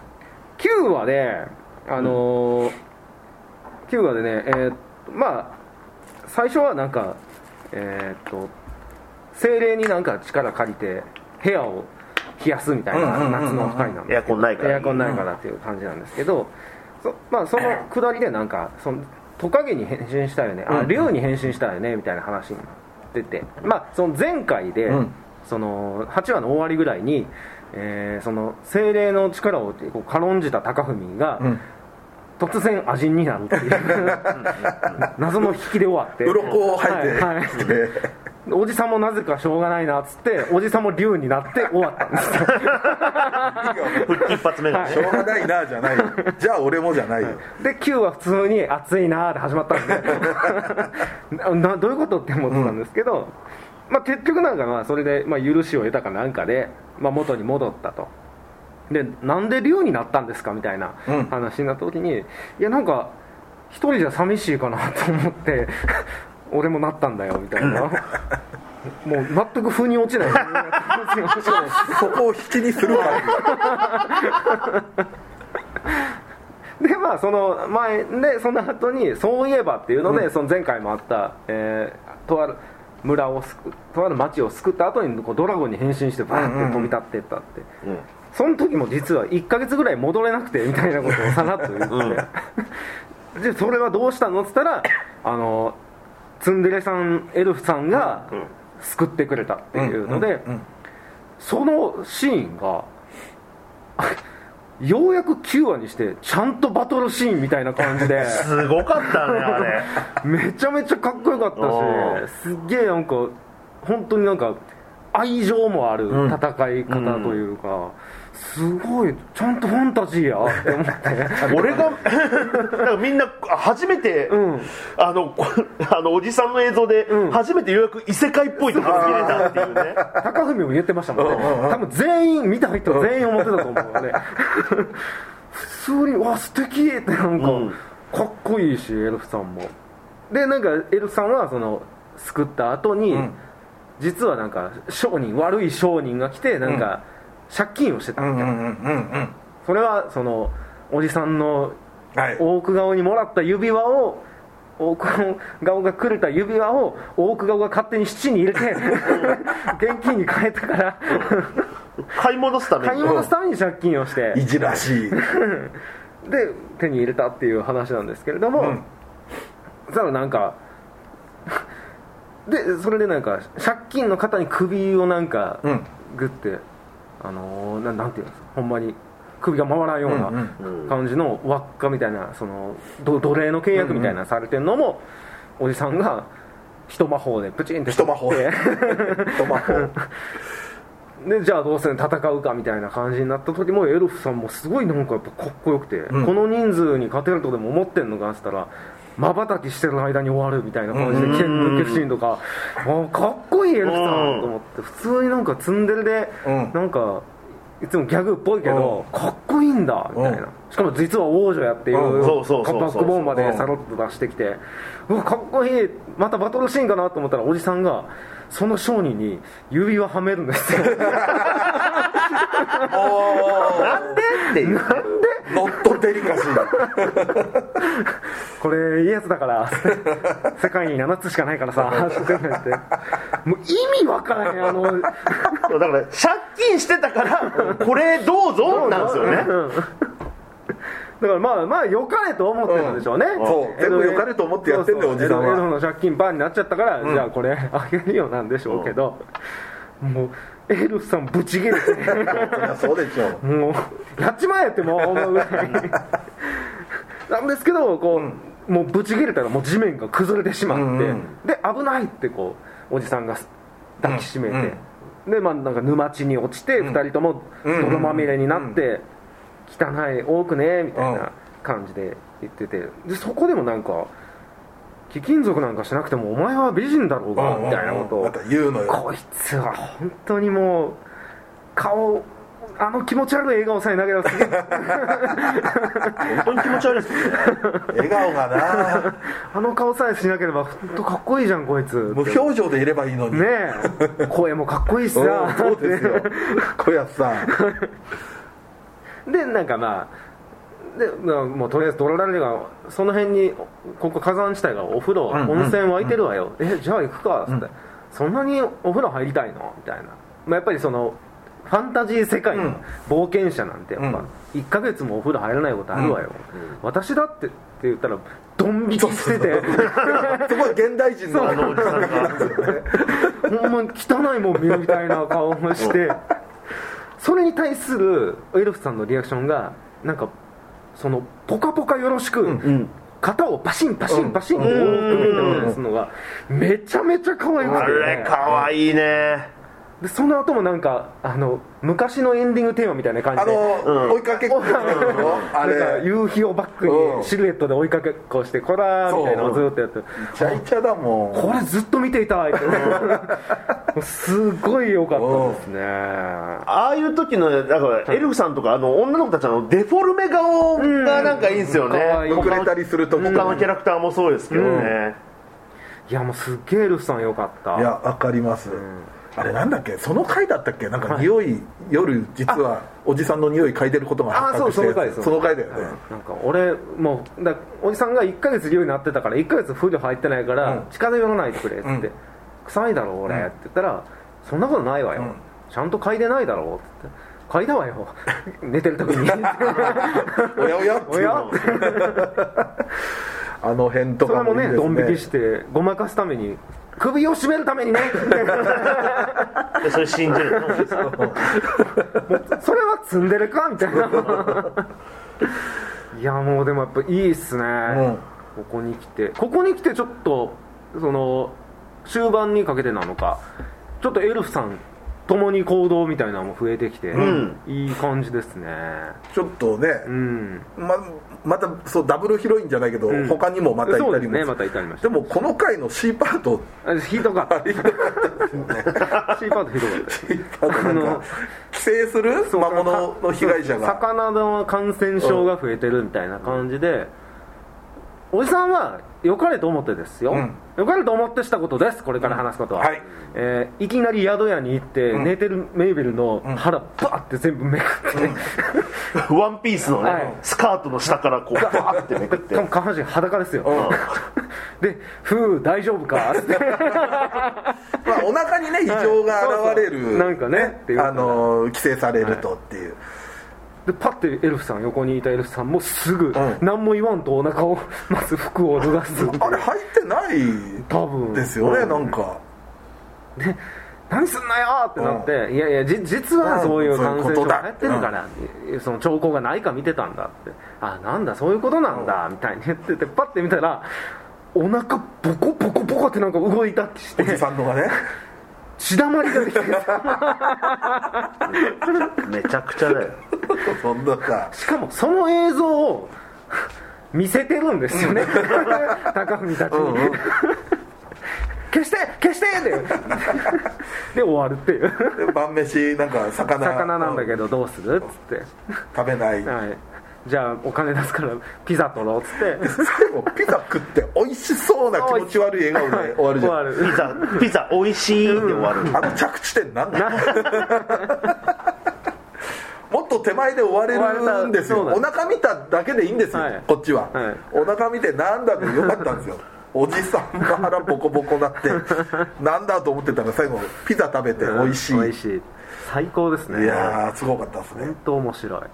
Speaker 3: 9話であのー9話でねえーまあ最初はなんかえーっと精霊になんか力借りて部屋を冷やすみたいな
Speaker 2: うんうんうんうん
Speaker 3: 夏の回なんで
Speaker 4: エアコンないから
Speaker 3: エアコンないからっていう感じなんですけど、そまあその下りでなんかそのトカゲに変身したよねあ竜に変身したよねみたいな話になっててまあその前回で、
Speaker 2: うん
Speaker 3: その8話の終わりぐらいに、えーその精霊の力をこう軽んじた高文が、
Speaker 2: ん
Speaker 3: 突然アジンになるっていう 謎の引きで終わって
Speaker 2: 鱗を吐いて
Speaker 3: はいはい
Speaker 2: きて
Speaker 3: おじさんもなぜかしょうがないなっつっておじさんも竜になって終わったんですよ
Speaker 4: 復帰一発目がね
Speaker 2: しょうがないなじゃないよじゃあ俺もじゃないよ
Speaker 3: で9は普通に「暑いな」で始まったんで ななどういうことって思ってたんですけど、まあ、結局なんかまあそれでまあ許しを得たかなんかで、まあ、元に戻ったとでなんで竜になったんですかみたいな
Speaker 2: うん
Speaker 3: 話になった時に、いやなんか一人じゃ寂しいかなと思って 俺もなったんだよみたい なもう全く腑に落ちない
Speaker 2: そこを引きにするわ
Speaker 3: でまあその前でその後に「そういえば」っていうので、その前回もあった、えーとある村を救うとある町を救った後にこうドラゴンに変身してバーって飛び立ってったって、
Speaker 4: うん
Speaker 3: その時も実は1ヶ月ぐらい戻れなくてみたいなことをさらっと言って、 でそれはどうしたのっつったらあのツンデレさんエルフさんが
Speaker 4: ん
Speaker 3: 救ってくれたっ
Speaker 2: け
Speaker 3: ていうので、
Speaker 2: うんうん
Speaker 3: そのシーンが ようやく9話にしてちゃんとバトルシーンみたいな感 じで
Speaker 4: すごかったねあれ
Speaker 3: めちゃめちゃかっこよかったしすっげえなんか本当になんか愛情もある
Speaker 2: ん
Speaker 3: 戦い方というか、すごいちゃんとファンタジーやって思 って
Speaker 4: 俺がなんかみんな初めて、
Speaker 3: うん
Speaker 4: あのこあのおじさんの映像で
Speaker 3: ん
Speaker 4: 初めてようやく異世界っぽいところ見れたっていうね
Speaker 3: 高文も言ってましたもんね多分全員見た人全員思ってたと思うので普通にうわ素敵ってなんか、
Speaker 4: うん
Speaker 3: かっこいいしエルフさんもでなんかエルフさんはその救った後に、
Speaker 2: ん
Speaker 3: 実はなんか商人悪い商人が来てなんか借金をしてた
Speaker 2: う
Speaker 3: みたい
Speaker 2: んう
Speaker 3: な、
Speaker 2: んうんうん
Speaker 3: それはそのおじさんの
Speaker 2: はい
Speaker 3: 大奥顔にもらった指輪を大奥顔がくれた指輪を大奥顔が勝手に七に入れ て現金に変えたから
Speaker 4: 買い戻すために
Speaker 3: 買い物しために借金をして
Speaker 2: いじらしい
Speaker 3: で手に入れたっていう話なんですけれども、
Speaker 2: うん
Speaker 3: そしたらなんかでそれでなんか借金の方に首をなんか
Speaker 2: うん
Speaker 3: グッて、あのーななんていうんですかほんまに首が回らんような
Speaker 2: うん
Speaker 4: うん
Speaker 3: 感じの輪っかみたいなそのど奴隷の契約みたいなのされてるのも、おじさんが一魔法でプチンって
Speaker 2: 一魔法
Speaker 3: 取って
Speaker 2: トマホ
Speaker 3: でじゃあどうせ戦うかみたいな感じになった時もエルフさんもすごいなんかやっぱかっこよくて、
Speaker 2: ん
Speaker 3: この人数に勝てるとでも思ってんのかっつったらまばたきしてる間に終わるみたいな感じで
Speaker 4: うん
Speaker 3: 剣抜けシーンとかあーかっこいいエルフさ
Speaker 4: うん
Speaker 3: んと思って普通になんかツンデレで、
Speaker 2: うん
Speaker 3: なんかいつもギャグっぽいけど、かっこいいんだみたいな、
Speaker 2: うん
Speaker 3: しかも実は王女やっていう、
Speaker 2: うん
Speaker 4: そうそうそうそう
Speaker 3: バックボーンまでさらっと出してきて、うわかっこいいまたバトルシーンかなと思ったらおじさんがその商人に指輪はめるんですよ
Speaker 4: なんでっていう
Speaker 2: ノットデリカシー
Speaker 3: これいいやつだ から世界に7つしかないからさって言ってもう意味わからへんあの
Speaker 4: そうだから借金してたからこれどうぞなんですよね
Speaker 3: うんだからまあまあよかれと思ってたんでしょうね、
Speaker 2: んそう全部良かれと思ってやってんだよ
Speaker 3: そうそう
Speaker 2: おじさんは
Speaker 3: エロの借金バーになっちゃったから、じゃあこれあげるよなんでしょうけど、もうエルフさんブチギレて
Speaker 2: だそうでしょう
Speaker 3: もうやっちまえってもう思うぐらいなんですけどこう、もうぶち切れたらもう地面が崩れてしまって、
Speaker 2: うんうん
Speaker 3: で危ないってこうおじさんが抱きしめて、
Speaker 2: うん
Speaker 3: でまあなんか沼地に落ちて、二2人とも
Speaker 2: うん
Speaker 3: 泥まみれになって、汚い多くねみたいな感じで言っててでそこでもなんか貴金属なんかしなくてもお前は美人だろうがみたいなことを、
Speaker 2: また言うのよ
Speaker 3: こいつは本当にもう顔あの気持ち悪い笑顔さえなければすげえ
Speaker 4: 本当に気持ち悪いですよね
Speaker 2: 笑顔が な
Speaker 3: あの顔さえしなければ本当かっこいいじゃんこいつ
Speaker 2: 無表情でいればいいのに
Speaker 3: ねえ声もかっこいいし
Speaker 2: うん
Speaker 3: さ
Speaker 2: そうですよ小安さん
Speaker 3: でなんかまあでまあもうとりあえずドロラルがその辺にここ火山地帯がお風呂、
Speaker 2: んうん
Speaker 3: 温泉湧いてるわよ、えじゃあ行くかっつって、そんなにお風呂入りたいのみたいな、まあ、やっぱりそのファンタジー世界
Speaker 2: うん
Speaker 3: の冒険者なんてやっ
Speaker 2: う
Speaker 3: ぱ
Speaker 2: ん
Speaker 3: 1ヶ月もお風呂入らないことあるわよ、私だってって言ったらドン引きしてて
Speaker 2: すごい現代人の
Speaker 3: そう
Speaker 2: あ
Speaker 4: あ
Speaker 2: の
Speaker 4: のおじさんが
Speaker 3: ほんまに汚いもん見るみたいな顔をしてそれに対するエルフさんのリアクションがなんかそのポカポカよろしく、肩をパシンパシンパシンこう組み立てたりするのがめちゃめちゃ可愛く
Speaker 4: あ
Speaker 3: て
Speaker 4: れかわいいね
Speaker 3: でその後もなんかあの昔のエンディングテーマみたいな感じ
Speaker 2: あ
Speaker 3: で
Speaker 2: の
Speaker 4: うん
Speaker 2: 追いかけっ こあ
Speaker 3: なんか
Speaker 2: れ
Speaker 3: 夕日をバック
Speaker 2: うん
Speaker 3: にシルエットで追いかけっこしてこらーみたいなのをずっとやって
Speaker 2: ちゃいちゃだもん
Speaker 3: これずっと見ていたいってもうすごい良かったですね
Speaker 4: ああいう時のだからエルフさんとかあの女の子たちのデフォルメ顔がなんかいいんですよね
Speaker 3: 可愛い
Speaker 2: むくれたりすると
Speaker 4: 他のキャラクターもそうですけどね、
Speaker 3: いやもうすっげえエルフさん良かった
Speaker 2: いやわかります、あれなんだっけその回だったっけなんか匂い、夜実はおじさんの匂い嗅いでることが発覚して
Speaker 3: あそうその回です
Speaker 2: その回だよね、
Speaker 3: なんか俺もうだおじさんが1ヶ月寮になってたから1ヶ月風呂入ってないから
Speaker 2: うん
Speaker 3: 近づかないでくれっつって、
Speaker 2: うん
Speaker 3: 臭いだろ俺、って言ったらそんなことないわよ、
Speaker 2: うん
Speaker 3: ちゃんと嗅いでないだろって言って嗅いだ わよ寝てる時に
Speaker 2: おやおやって
Speaker 3: お
Speaker 2: いう
Speaker 3: や
Speaker 2: のあの辺と
Speaker 3: それ
Speaker 2: かも
Speaker 3: も
Speaker 2: いいですね
Speaker 3: ねドン引きしてごまかすために首を絞めるた めにね
Speaker 4: でそれ信じる
Speaker 3: それはツンデレかみたいないやもうでもやっぱいいっすね、ここに来てここに来てちょっとその終盤にかけてなのかちょっとエルフさん共に行動みたいなのも増えてきて、
Speaker 4: ん
Speaker 3: いい感じですね
Speaker 2: ちょっとね、
Speaker 3: うん
Speaker 2: ままたそうダブルヒロインじゃないけど、
Speaker 3: うん
Speaker 2: 他にもまたい
Speaker 3: そう
Speaker 2: た
Speaker 3: で
Speaker 2: り
Speaker 3: す
Speaker 2: も
Speaker 3: ねまたいたりまし
Speaker 2: で
Speaker 3: た
Speaker 2: もこの回の C パート
Speaker 3: あ ひどかった C パートひどかった
Speaker 2: C パートなん
Speaker 3: あの
Speaker 2: か寄生する魔物の被害者が
Speaker 3: 魚の感染症が増えてるみたいな感じで、おじさんは良かれと思ってですよ、
Speaker 2: うん
Speaker 3: 良かれと思ってしたことですこれから話すことは、
Speaker 2: うんはい
Speaker 3: えーいきなり宿屋に行って、
Speaker 2: ん
Speaker 3: 寝てるメイベルの腹バーって全部めくって、
Speaker 4: ワンピースのね、
Speaker 3: はい
Speaker 4: スカートの下からこうバーってめくっ
Speaker 3: してかも下半身裸ですよ、 で「ふう大丈夫か?」って
Speaker 2: まあ、お腹にね異常が現れる、
Speaker 3: そうそうなんかねっていう
Speaker 2: あの寄生されるとっていう、
Speaker 3: でパッてエルフさん横にいたエルフさんもすぐ
Speaker 2: ん
Speaker 3: 何も言わんとお腹をまず服を脱がす
Speaker 2: あれ入ってない
Speaker 3: 多分
Speaker 2: ですよね、なんか
Speaker 3: 何すんなよってなって、いやいやじ実はそういう感染症が流行ってるから、その兆候がないか見てたんだってあなんだそういうことなんだ、みたいに言っててパッて見たらお腹ボコボコボコってなんか動いたってし
Speaker 2: おじ
Speaker 3: て
Speaker 2: さんのがね
Speaker 3: 血だまりができ て
Speaker 4: めちゃくちゃだよ
Speaker 2: そんなさ
Speaker 3: しかもその映像を見せてるんです よね高文たちに、消して消して ってで終わるっていう
Speaker 2: で晩飯なんか魚
Speaker 3: 魚なんだけどどうするっつって
Speaker 2: 食べない
Speaker 3: はい、じゃあお金出すからピザ取ろうっつって
Speaker 2: 最後ピザ食って美味しそうな気持ち悪い笑顔で終わるじゃん
Speaker 3: る
Speaker 4: ピザピザ美味しいで終わる、
Speaker 2: あの着地点なんだ もっと手前で終われるんですよ
Speaker 3: 終われ
Speaker 2: お
Speaker 3: た
Speaker 2: 腹見ただけでいいんですよ、
Speaker 3: はい
Speaker 2: こっちは、
Speaker 3: はい
Speaker 2: お腹見てなんだってよかったんですよおじさんが腹ボコボコなってなんだと思ってたら最後ピザ食べて 美味しい、
Speaker 3: 美味しい最高ですね
Speaker 2: いやーすごかったですね
Speaker 3: 本当面白いね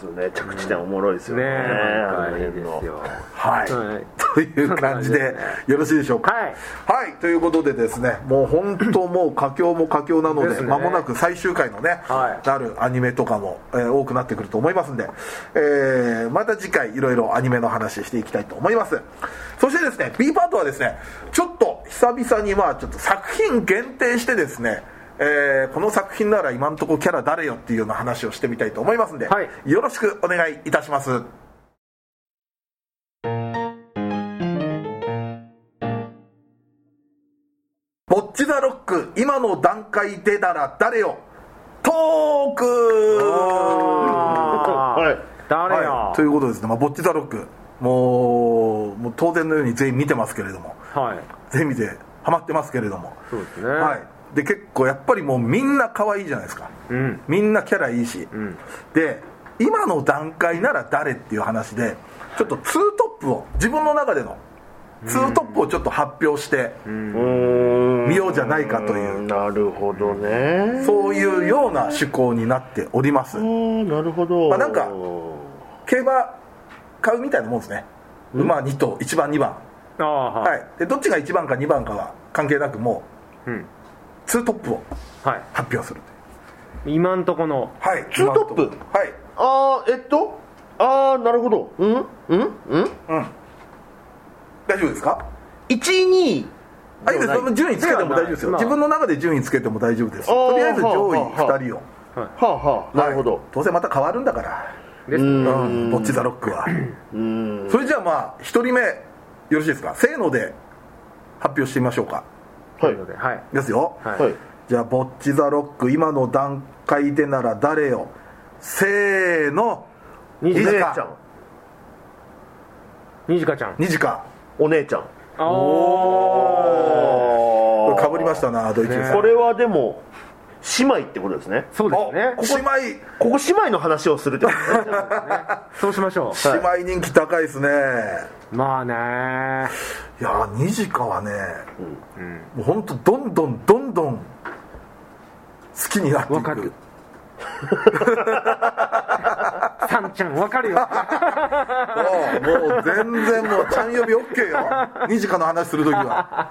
Speaker 4: そうね着地点おもろいです
Speaker 3: え
Speaker 4: よね
Speaker 3: なんかいいで
Speaker 4: あの辺
Speaker 3: す
Speaker 4: の
Speaker 3: よ
Speaker 2: はい、
Speaker 3: はい
Speaker 2: という感じでよろしいでしょうか
Speaker 3: はい
Speaker 2: はいということでですねもう本当もう佳境も佳境なの
Speaker 3: で
Speaker 2: です
Speaker 3: ね
Speaker 2: 間もなく最終回のね、
Speaker 3: はい
Speaker 2: なるアニメとかも、えー多くなってくると思いますんで、えーまた次回いろいろアニメの話していきたいと思いますそしてですね B パートはですねちょっと久々にまあちょっと作品限定してですねえーこの作品なら今んとこキャラ誰よっていうような話をしてみたいと思いますんで、
Speaker 3: はい
Speaker 2: よろしくお願いいたしますボッチザロック今の段階でだら誰よトーク
Speaker 4: はい
Speaker 3: 誰よ、
Speaker 2: はい、ということですね、まあ、ボッチ・ザ・ロックもうもう当然のように全員見てますけれども
Speaker 3: はい
Speaker 2: 全員見てハマってますけれども、
Speaker 3: そうですね
Speaker 2: はい、で結構やっぱりもうみんな可愛いじゃないですか
Speaker 3: うん
Speaker 2: みんなキャラいいし、
Speaker 3: ん
Speaker 2: で今の段階なら誰っていう話でちょっとツートップを自分の中でのツートップをちょっと発表して、見ようじゃないかという
Speaker 4: なるほどね
Speaker 2: そういうような趣向になっております、
Speaker 4: うなるほど
Speaker 2: まあなんか競馬買うみたいなもんですね、馬2頭1番2番
Speaker 3: ああはい、
Speaker 2: はいでどっちが1番か2番かは関係なくも
Speaker 3: うん
Speaker 2: うツートップを
Speaker 3: は
Speaker 2: 発表するという
Speaker 3: い、今んとこの
Speaker 2: はい
Speaker 4: ツートップ
Speaker 2: 今のとこはい
Speaker 4: ああえっとああなるほどうんうんうん
Speaker 2: うん大丈夫ですか
Speaker 4: 12
Speaker 2: あいいですその順位つけても大丈夫ですよ、
Speaker 3: まあ
Speaker 2: 自分の中で順位つけても大丈夫です
Speaker 4: あー
Speaker 2: とりあえず上位
Speaker 4: はあはあ
Speaker 2: 2人を
Speaker 4: はあはあなるほど
Speaker 2: どうせまた変わるんだから
Speaker 3: です
Speaker 2: うんぼっちザロックは
Speaker 4: うん
Speaker 2: それじゃあまあ1人目よろしいですかせーので発表してみましょうか
Speaker 4: はい
Speaker 3: のではい
Speaker 2: ですよ、
Speaker 3: はい、
Speaker 4: はい
Speaker 2: じゃあぼっちザロック今の段階でなら誰よせーの
Speaker 3: に
Speaker 2: いい
Speaker 4: お
Speaker 2: です
Speaker 4: 姉
Speaker 2: か
Speaker 4: ちゃん
Speaker 3: にじかちゃん
Speaker 2: 虹か
Speaker 4: お姉ちゃん
Speaker 3: あお
Speaker 2: これ
Speaker 4: か
Speaker 2: かぶりましたなドイツさん、
Speaker 4: これはでも姉妹ってことですね
Speaker 3: そうですね
Speaker 2: あここ姉妹
Speaker 4: ここ姉妹の話をするってことですね
Speaker 3: そうしましょ
Speaker 2: 姉妹人気高いですね、
Speaker 3: うまあね
Speaker 2: い、やーニジカはね、もう本当どんどんどんどん好きになってい
Speaker 3: わかる
Speaker 2: く
Speaker 3: さんちゃんわかるよ
Speaker 2: もうもう全然もうちゃん呼び OK よ ニジカの話するときは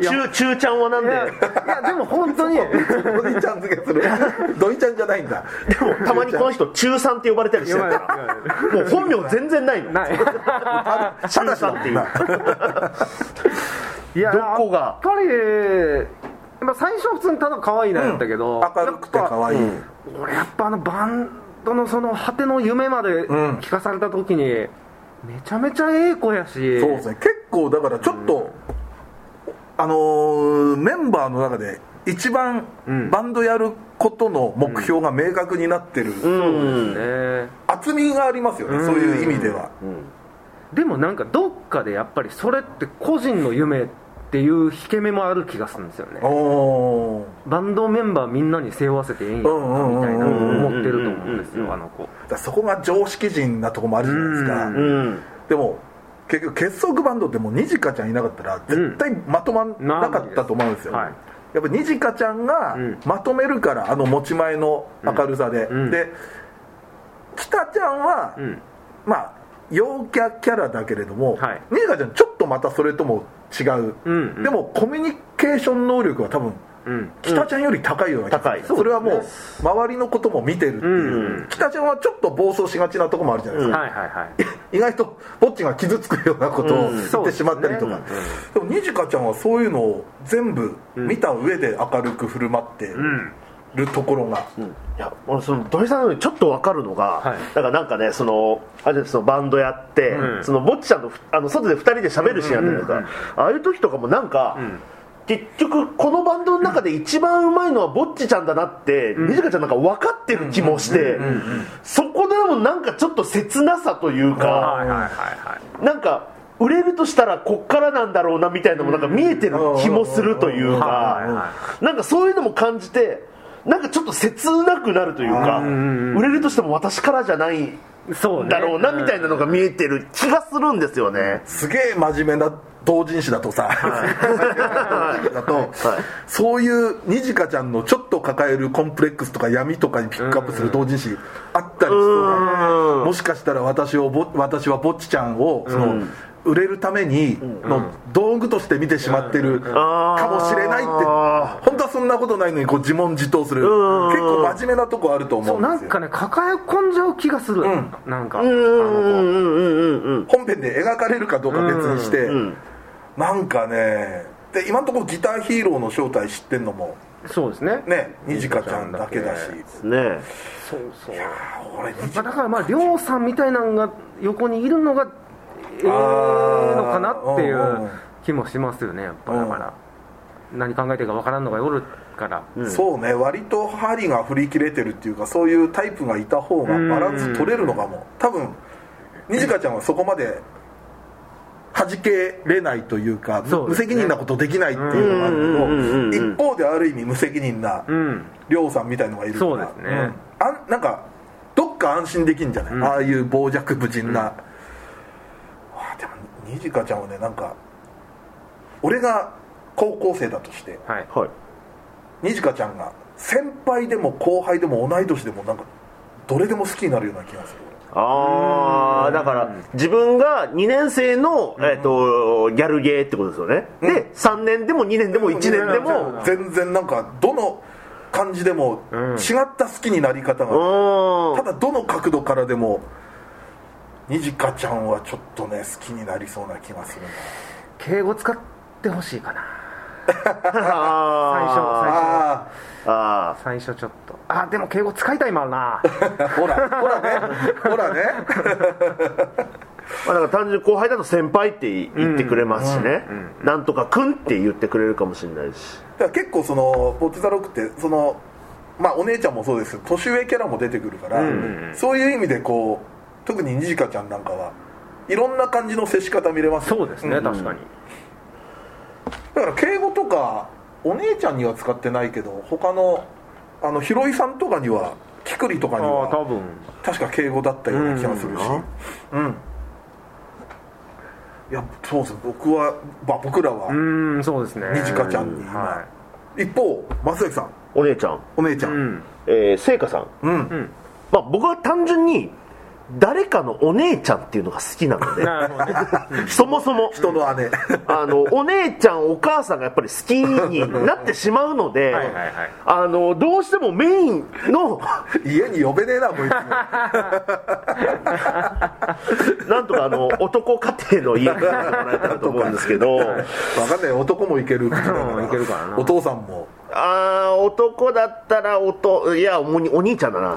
Speaker 4: 中中ちゃんはなん
Speaker 3: い
Speaker 4: で
Speaker 3: やいやでも本 当に
Speaker 2: ドイちゃん付けす るドイちゃんじゃないんだ
Speaker 4: でもたまにこの人中3って呼ばれたりしてる
Speaker 3: 弱い
Speaker 4: か
Speaker 3: 弱い
Speaker 4: らもう本名全然ないの
Speaker 3: ない
Speaker 2: ただしだもんな
Speaker 3: いや
Speaker 4: どこが
Speaker 3: やっぱりまあ最初は普通にただ可愛いなやったけど、
Speaker 2: 明るくて可愛い、
Speaker 4: うん
Speaker 3: 俺やっぱあのバンドのその果ての夢まで
Speaker 2: ん
Speaker 3: 聞かされた時に、めちゃめちゃええ子やし
Speaker 2: そうですね結構だからちょっと、あのーメンバーの中で一番
Speaker 3: うん
Speaker 2: バンドやることの目標が明確になってる、
Speaker 4: うん
Speaker 3: ね
Speaker 2: 厚みがありますよね、
Speaker 3: うん
Speaker 2: そういう意味では、
Speaker 3: でもなんかどっかでやっぱりそれって個人の夢っていう引け目もある気がするんですよね
Speaker 2: おー
Speaker 3: バンドメンバーみんなに背負わせてええんやろうなみたいな
Speaker 2: うんうんうんうん
Speaker 3: 思ってると思うんですよあの子
Speaker 2: だからそこが常識人なとこもあるじゃないですか、
Speaker 3: う
Speaker 4: うん
Speaker 2: でも結局結束バンドってもうにじかちゃんいなかったら絶対まとまんなかったと思うんですよ、
Speaker 3: はい
Speaker 2: やっぱにじかちゃんが
Speaker 3: うん
Speaker 2: まとめるからあの持ち前の明るさで、
Speaker 3: んうん
Speaker 2: で北ちゃんは、
Speaker 3: うん
Speaker 2: まあ陽キャキャラだけれども、
Speaker 3: はい
Speaker 2: にじかちゃんちょっとまたそれとも違う、
Speaker 3: うんうん
Speaker 2: でもコミュニケーション能力は多分
Speaker 3: うん
Speaker 2: 北ちゃんより高いような気がする
Speaker 4: 高い
Speaker 2: それはもう周りのことも見てるっていう、
Speaker 3: うんうん
Speaker 2: 北ちゃんはちょっと暴走しがちなとこもあるじゃないですか、
Speaker 4: うん
Speaker 3: はいはいはい
Speaker 2: 意外とぼっちが傷つくようなことを
Speaker 4: うん
Speaker 2: 言ってしまったりとか、でもにじかちゃんはそういうのを全部見た上で明るく振る舞ってるところが、
Speaker 4: いや俺その土井さんのちょっと分かるのが、
Speaker 3: はい
Speaker 4: だからなんかねそのあれですそのバンドやって、
Speaker 3: うん
Speaker 4: そのぼっちちゃんとふあの外で2人で喋るシーンあるじゃないですか、ああいう時とかもなんか、結局このバンドの中で一番うまいのはぼっちちゃんだなって、にじかちゃんなんか分かってる気もして、そこでもなんかちょっと切なさというか、
Speaker 3: はいはいはい
Speaker 4: なんか売れるとしたらこっからなんだろうなみたいなのもなんか見えてる気もするという
Speaker 3: うんうんうんはいは
Speaker 4: かなんかそういうのも感じてなんかちょっと切なくなるというか売れるとしても私からじゃないん
Speaker 3: そうね
Speaker 4: だろうなみたいなのが見えてる気がするんですよね
Speaker 2: すげえ真面目な同人誌だとさ、だと、そういうにじかちゃんのちょっと抱えるコンプレックスとか闇とかにピックアップする同人誌あったりする
Speaker 4: うん
Speaker 2: もしかしたら私をぼ私はぼっちちゃんをその、売れるためにの道具として見てしまってるかもしれないって
Speaker 4: あ
Speaker 2: 本当はそんなことないのにこう自問自答する結構真面目なとこあると思
Speaker 3: そううんな
Speaker 2: です
Speaker 3: ん
Speaker 2: よ
Speaker 3: かね抱え込んじゃう気がする、なんかあ
Speaker 4: う
Speaker 3: の子
Speaker 4: んうんうんうんうん
Speaker 2: 本編で描かれるかどうか別にして
Speaker 4: ん
Speaker 2: なんかねで今のところギターヒーローの正体知ってんのも
Speaker 3: そうですね
Speaker 2: ねにじかちゃんだけだし
Speaker 4: ね
Speaker 3: そうそう
Speaker 2: 俺にじ
Speaker 3: まあだからまあ亮さんみたいなのが横にいるのがええのかなってい
Speaker 2: あーうんう
Speaker 3: うん気もしますよねやっぱ
Speaker 2: うん
Speaker 3: だから何考えてるかわからんのがおるから、
Speaker 2: そうね割と針が振り切れてるっていうかそういうタイプがいた方がバランス取れるのかも多分にじかちゃんはそこまで弾けれないというか
Speaker 3: そう
Speaker 2: 無
Speaker 3: ですね
Speaker 2: 責任なことできないっていうのがあ
Speaker 4: うんうんうんうん
Speaker 2: るけ
Speaker 4: う
Speaker 2: ど
Speaker 4: ん
Speaker 2: 一方である意味無責任な
Speaker 3: うん
Speaker 2: りょうさんみたいのがいるから
Speaker 3: そうですね
Speaker 2: うんあんなんかどっか安心できんじゃない、
Speaker 3: うん
Speaker 2: ああいう傍若無人な、わあでもにじかちゃんはねなんか俺が高校生だとして
Speaker 3: はい
Speaker 4: はい
Speaker 2: にじかちゃんが先輩でも後輩でも同い年でもなんかどれでも好きになるような気がする
Speaker 4: ああだから自分が2年生の、えっとギャルゲーってことですよね、で3年でも2年でも1年でも
Speaker 2: 俺全然なんかどの感じでも
Speaker 3: うん
Speaker 2: 違った好きになり方が、
Speaker 4: う
Speaker 2: た
Speaker 4: ん
Speaker 2: だどの角度からでもにじかちゃんはちょっとね好きになりそうな気がするな
Speaker 3: 敬語使ってほしいかな
Speaker 2: ああ
Speaker 4: あーあ
Speaker 3: 最初ちょっとあでも敬語使いたいもん な
Speaker 2: ほら、ほらね、ほらね、
Speaker 4: ーまあだから単純に後輩だと先輩って言ってくれますしね、なんとかくんって言ってくれるかもしれないし
Speaker 2: だから結構そのポテサロックってそのまあお姉ちゃんもそうですけど年上キャラも出てくるから、そういう意味でこう特ににじかちゃんなんかはいろんな感じの接し方見れますよ
Speaker 3: そうですね、確かに
Speaker 2: だから敬語とかお姉ちゃんには使ってないけど他のあのひろいさんとかにはきくりとか
Speaker 3: あ
Speaker 2: に
Speaker 3: あ多
Speaker 2: は
Speaker 3: 分
Speaker 2: 確か敬語だったような気がするしうん、いやそうですね僕は、まあ、僕らは、
Speaker 3: うーんそうですね
Speaker 2: にじかちゃんに今
Speaker 3: は
Speaker 2: 一方松崎さん
Speaker 4: お姉ちゃん
Speaker 2: お姉ちゃ、
Speaker 3: いうんん
Speaker 4: えー、聖華さん、
Speaker 2: うん
Speaker 3: うん
Speaker 4: まあ、僕は単純に誰かのお姉ちゃんっていうのが好きなので
Speaker 3: なるほどね
Speaker 4: そもそも
Speaker 2: 人の 姉
Speaker 4: あのお姉ちゃんお母さんがやっぱり好きになってしまうので
Speaker 3: はいはいはい
Speaker 4: あのどうしてもメインの
Speaker 2: 家に呼べねえなこ いつも
Speaker 4: なんとかあの男家庭の家になってもらえたらと思うんですけ ど
Speaker 2: 分かんない男もいける口だから
Speaker 3: うんいけるからな
Speaker 2: お父さんも
Speaker 4: あー男だったらおといやおにお兄ちゃんだ な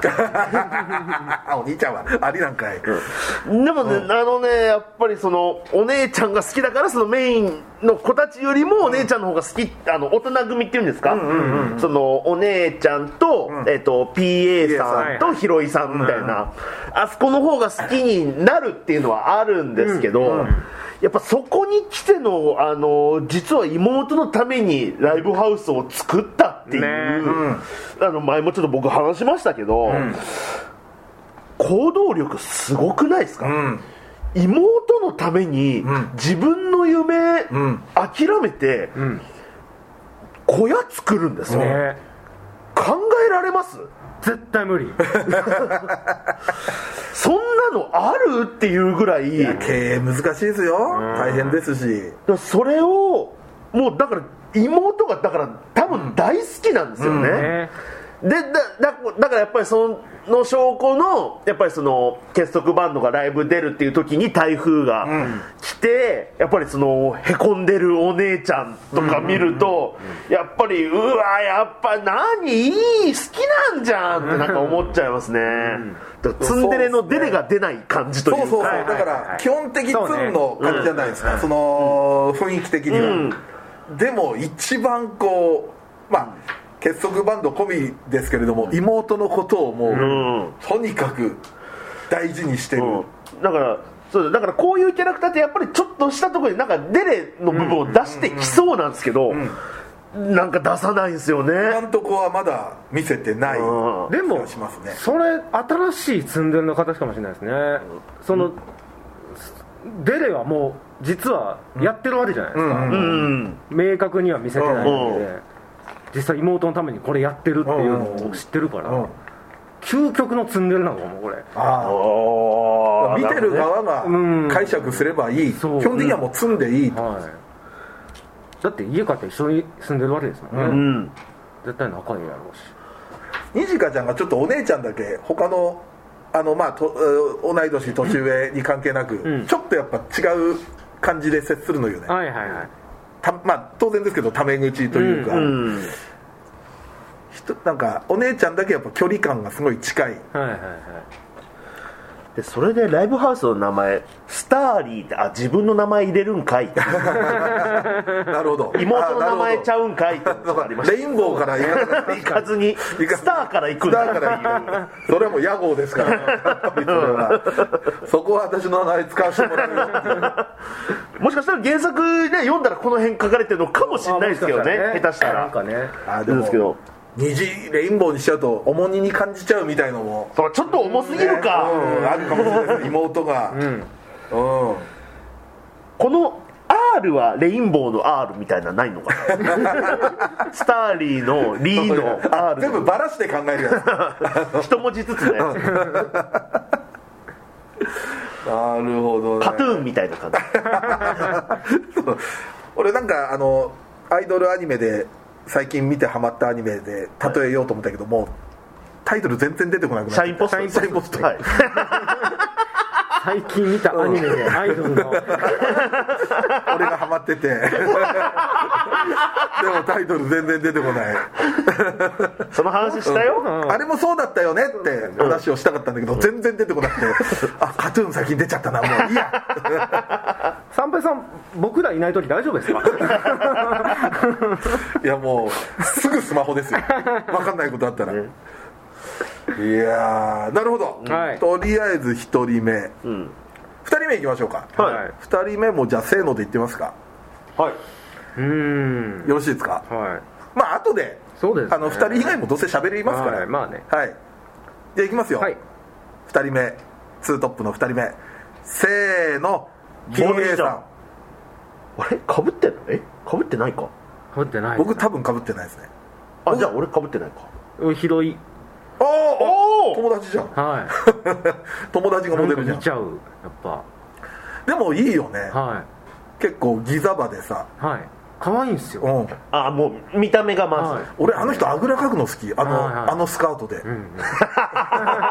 Speaker 2: あお兄ちゃんはありなんかい、
Speaker 4: でもね、あのねやっぱりそのお姉ちゃんが好きだからそのメインの子たちよりもお姉ちゃんの方が好き、あの大人組っていうんですか、そのお姉ちゃんと,、えっと PA さん
Speaker 3: は
Speaker 4: と
Speaker 3: い
Speaker 4: ヒロイさんみたいな、あそこの方が好きになるっていうのはあるんですけど、やっぱそこに来てのあの実は妹のためにライブハウスを作ったっていう、
Speaker 3: ね
Speaker 4: あの前もちょっと僕話しましたけど、行動力すごくないですか、
Speaker 2: うん
Speaker 4: 妹のために
Speaker 2: ん
Speaker 4: 自分の夢、
Speaker 2: ん
Speaker 4: 諦めて
Speaker 3: うん
Speaker 4: 小屋作るんですよ、
Speaker 3: ね
Speaker 4: 考えられます
Speaker 3: 絶対無理
Speaker 4: そんなのあるっていうぐらい
Speaker 2: 経営難しいですよ大変ですし
Speaker 4: だからそれをもうだから妹がだから多分大好きなんですよね、
Speaker 3: ね
Speaker 4: でだだだからやっぱりその証拠のやっぱりその結束バンドがライブ出るっていう時に台風が来て、やっぱりそのへこんでるお姉ちゃんとか見ると、やっぱりうわやっぱ何いい好きなんじゃんってなんか思っちゃいますね、だからツンデレのデレが出ない感じという
Speaker 2: そ
Speaker 4: か
Speaker 2: うそうそう
Speaker 3: はい
Speaker 2: だ
Speaker 3: はい
Speaker 2: か
Speaker 3: はい
Speaker 2: ら基本的ツンの感じじゃないですかその雰囲気的には、でも一番こうまあ結束バンド込みですけれども妹のことをもう、
Speaker 4: うん
Speaker 2: とにかく大事にしてる、
Speaker 4: うん、だからそうだだからこういうキャラクターってやっぱりちょっとしたところになんかデレの部分を出してきそうなんですけど、なんか出さないんですよね、
Speaker 2: 今んとこはまだ見せてない
Speaker 4: うん
Speaker 3: で
Speaker 2: 気
Speaker 3: も
Speaker 2: がしますね
Speaker 3: それ新しいツンデレの形かもしれないですねその、デレはもう実はやってるわけじゃないですか、
Speaker 2: うん
Speaker 4: うん
Speaker 3: 明確には見せてないわけで、
Speaker 4: うんう
Speaker 3: 実際妹のためにこれやってるっていうのを知ってるから、
Speaker 2: うん
Speaker 3: 究極のツンデレなのかもこれ
Speaker 2: ああ
Speaker 4: あ
Speaker 2: 見てる
Speaker 4: が
Speaker 2: 側が
Speaker 3: うん
Speaker 2: 解釈すればいい、基
Speaker 3: そう
Speaker 2: 本的にはもう積んでいい、
Speaker 3: はいだって家買って一緒に住んでるわけですもんね、
Speaker 4: うん
Speaker 3: 絶対仲いいやろうし
Speaker 2: にじかちゃんがちょっとお姉ちゃんだけ他のあのまあとえー同い年年上に関係なく、
Speaker 3: うん
Speaker 2: ちょっとやっぱ違う感じで接するのよね、
Speaker 3: はいはいはい
Speaker 2: たまあ当然ですけどタメ口というか、
Speaker 4: うん
Speaker 2: ひとなんかお姉ちゃんだけやっぱ距離感がすごい近い
Speaker 3: はいはいはい
Speaker 4: でそれでライブハウスの名前スターリーってあ自分の名前入れるんかい って
Speaker 2: なるほど
Speaker 4: 妹の名前ちゃ
Speaker 2: う
Speaker 4: うんかいってことがありました
Speaker 2: レインボーから言わな
Speaker 4: 行かずに
Speaker 2: 行か
Speaker 4: スターから行くん
Speaker 2: だか
Speaker 4: だ
Speaker 2: ら言うそれはもう屋号ですからそれはそこは私の名前使わせてもらうよっていう
Speaker 4: もしかしたら原作ね読んだらこの辺書かれてるのかもしれないですけどね下手した
Speaker 3: なん
Speaker 4: ら
Speaker 3: かね
Speaker 2: あで
Speaker 4: で
Speaker 2: も
Speaker 4: すけど
Speaker 2: 虹レインボーにしちゃうと重荷に感じちゃうみたいのも
Speaker 4: そうちょっと重すぎるか、
Speaker 2: うんあるかもしれないです妹が
Speaker 3: うん
Speaker 2: うん
Speaker 4: この R はレインボーの R みたいなのないのかな スターリーのリーの
Speaker 2: あ
Speaker 4: R
Speaker 2: 全部バラして考え るやつ
Speaker 4: 一文字ずつね
Speaker 2: なるほ どね
Speaker 4: カトゥーンみたいな感じ
Speaker 2: 俺なんかあのアイドルアニメで最近見てハマったアニメで例えようと思ったけどもうタイトル全然出てこなくなっ
Speaker 4: 社員ポスト
Speaker 2: 社員ポスト
Speaker 4: はい、
Speaker 3: 最近見たアニメでアイドルの
Speaker 2: 俺がハマ っててでもタイトル全然出てこない
Speaker 4: その話したよ、
Speaker 2: あれもそうだったよねって話をしたかったんだけど、全然出てこな くて、あカトゥーン先に出ちゃったな、もういいや、
Speaker 3: 三平さん僕らいない時大丈夫 ですか
Speaker 2: いやもう、すぐスマホ ですよ、分かんないことあったら。いやーなるほど、
Speaker 3: はい
Speaker 2: とりあえず1人目、
Speaker 4: うん
Speaker 2: 2人目いきましょうか、
Speaker 4: はい
Speaker 2: 2人目もじゃあせーのでいってみますか
Speaker 4: はい、
Speaker 3: うーん
Speaker 2: よろしいですか
Speaker 3: はい
Speaker 2: まあ後で
Speaker 3: そうですね
Speaker 2: あの2人以外もどうせ喋りますから
Speaker 3: はいまあね
Speaker 2: はいじゃあいきますよ、
Speaker 3: はい
Speaker 2: 2人目ツートップの2人目せーの
Speaker 4: ボーイ
Speaker 2: PA
Speaker 4: じ
Speaker 2: さ
Speaker 4: ゃん
Speaker 2: ん
Speaker 4: あれかぶってんのえかぶってないか
Speaker 3: 撮ってない
Speaker 2: 僕多分かぶってないですね
Speaker 4: あじゃあ俺かぶってないか
Speaker 3: うんひどい
Speaker 2: おお
Speaker 4: おー
Speaker 2: 友達じゃん
Speaker 3: はい
Speaker 2: 友達がモ
Speaker 3: な
Speaker 2: デ
Speaker 3: ん
Speaker 2: ルじ
Speaker 3: か
Speaker 2: ゃ
Speaker 3: 見
Speaker 2: ん
Speaker 3: ちゃうやっぱ
Speaker 2: でもいいよね
Speaker 3: は
Speaker 2: 結構ギザバでさ
Speaker 3: いはい可愛いんですよ
Speaker 2: うん
Speaker 4: あもう見た目がまず、
Speaker 3: はい
Speaker 2: 俺あの人あぐらかくの好きあ
Speaker 3: はいはい
Speaker 2: のあのスカートで
Speaker 3: う んうん
Speaker 2: だ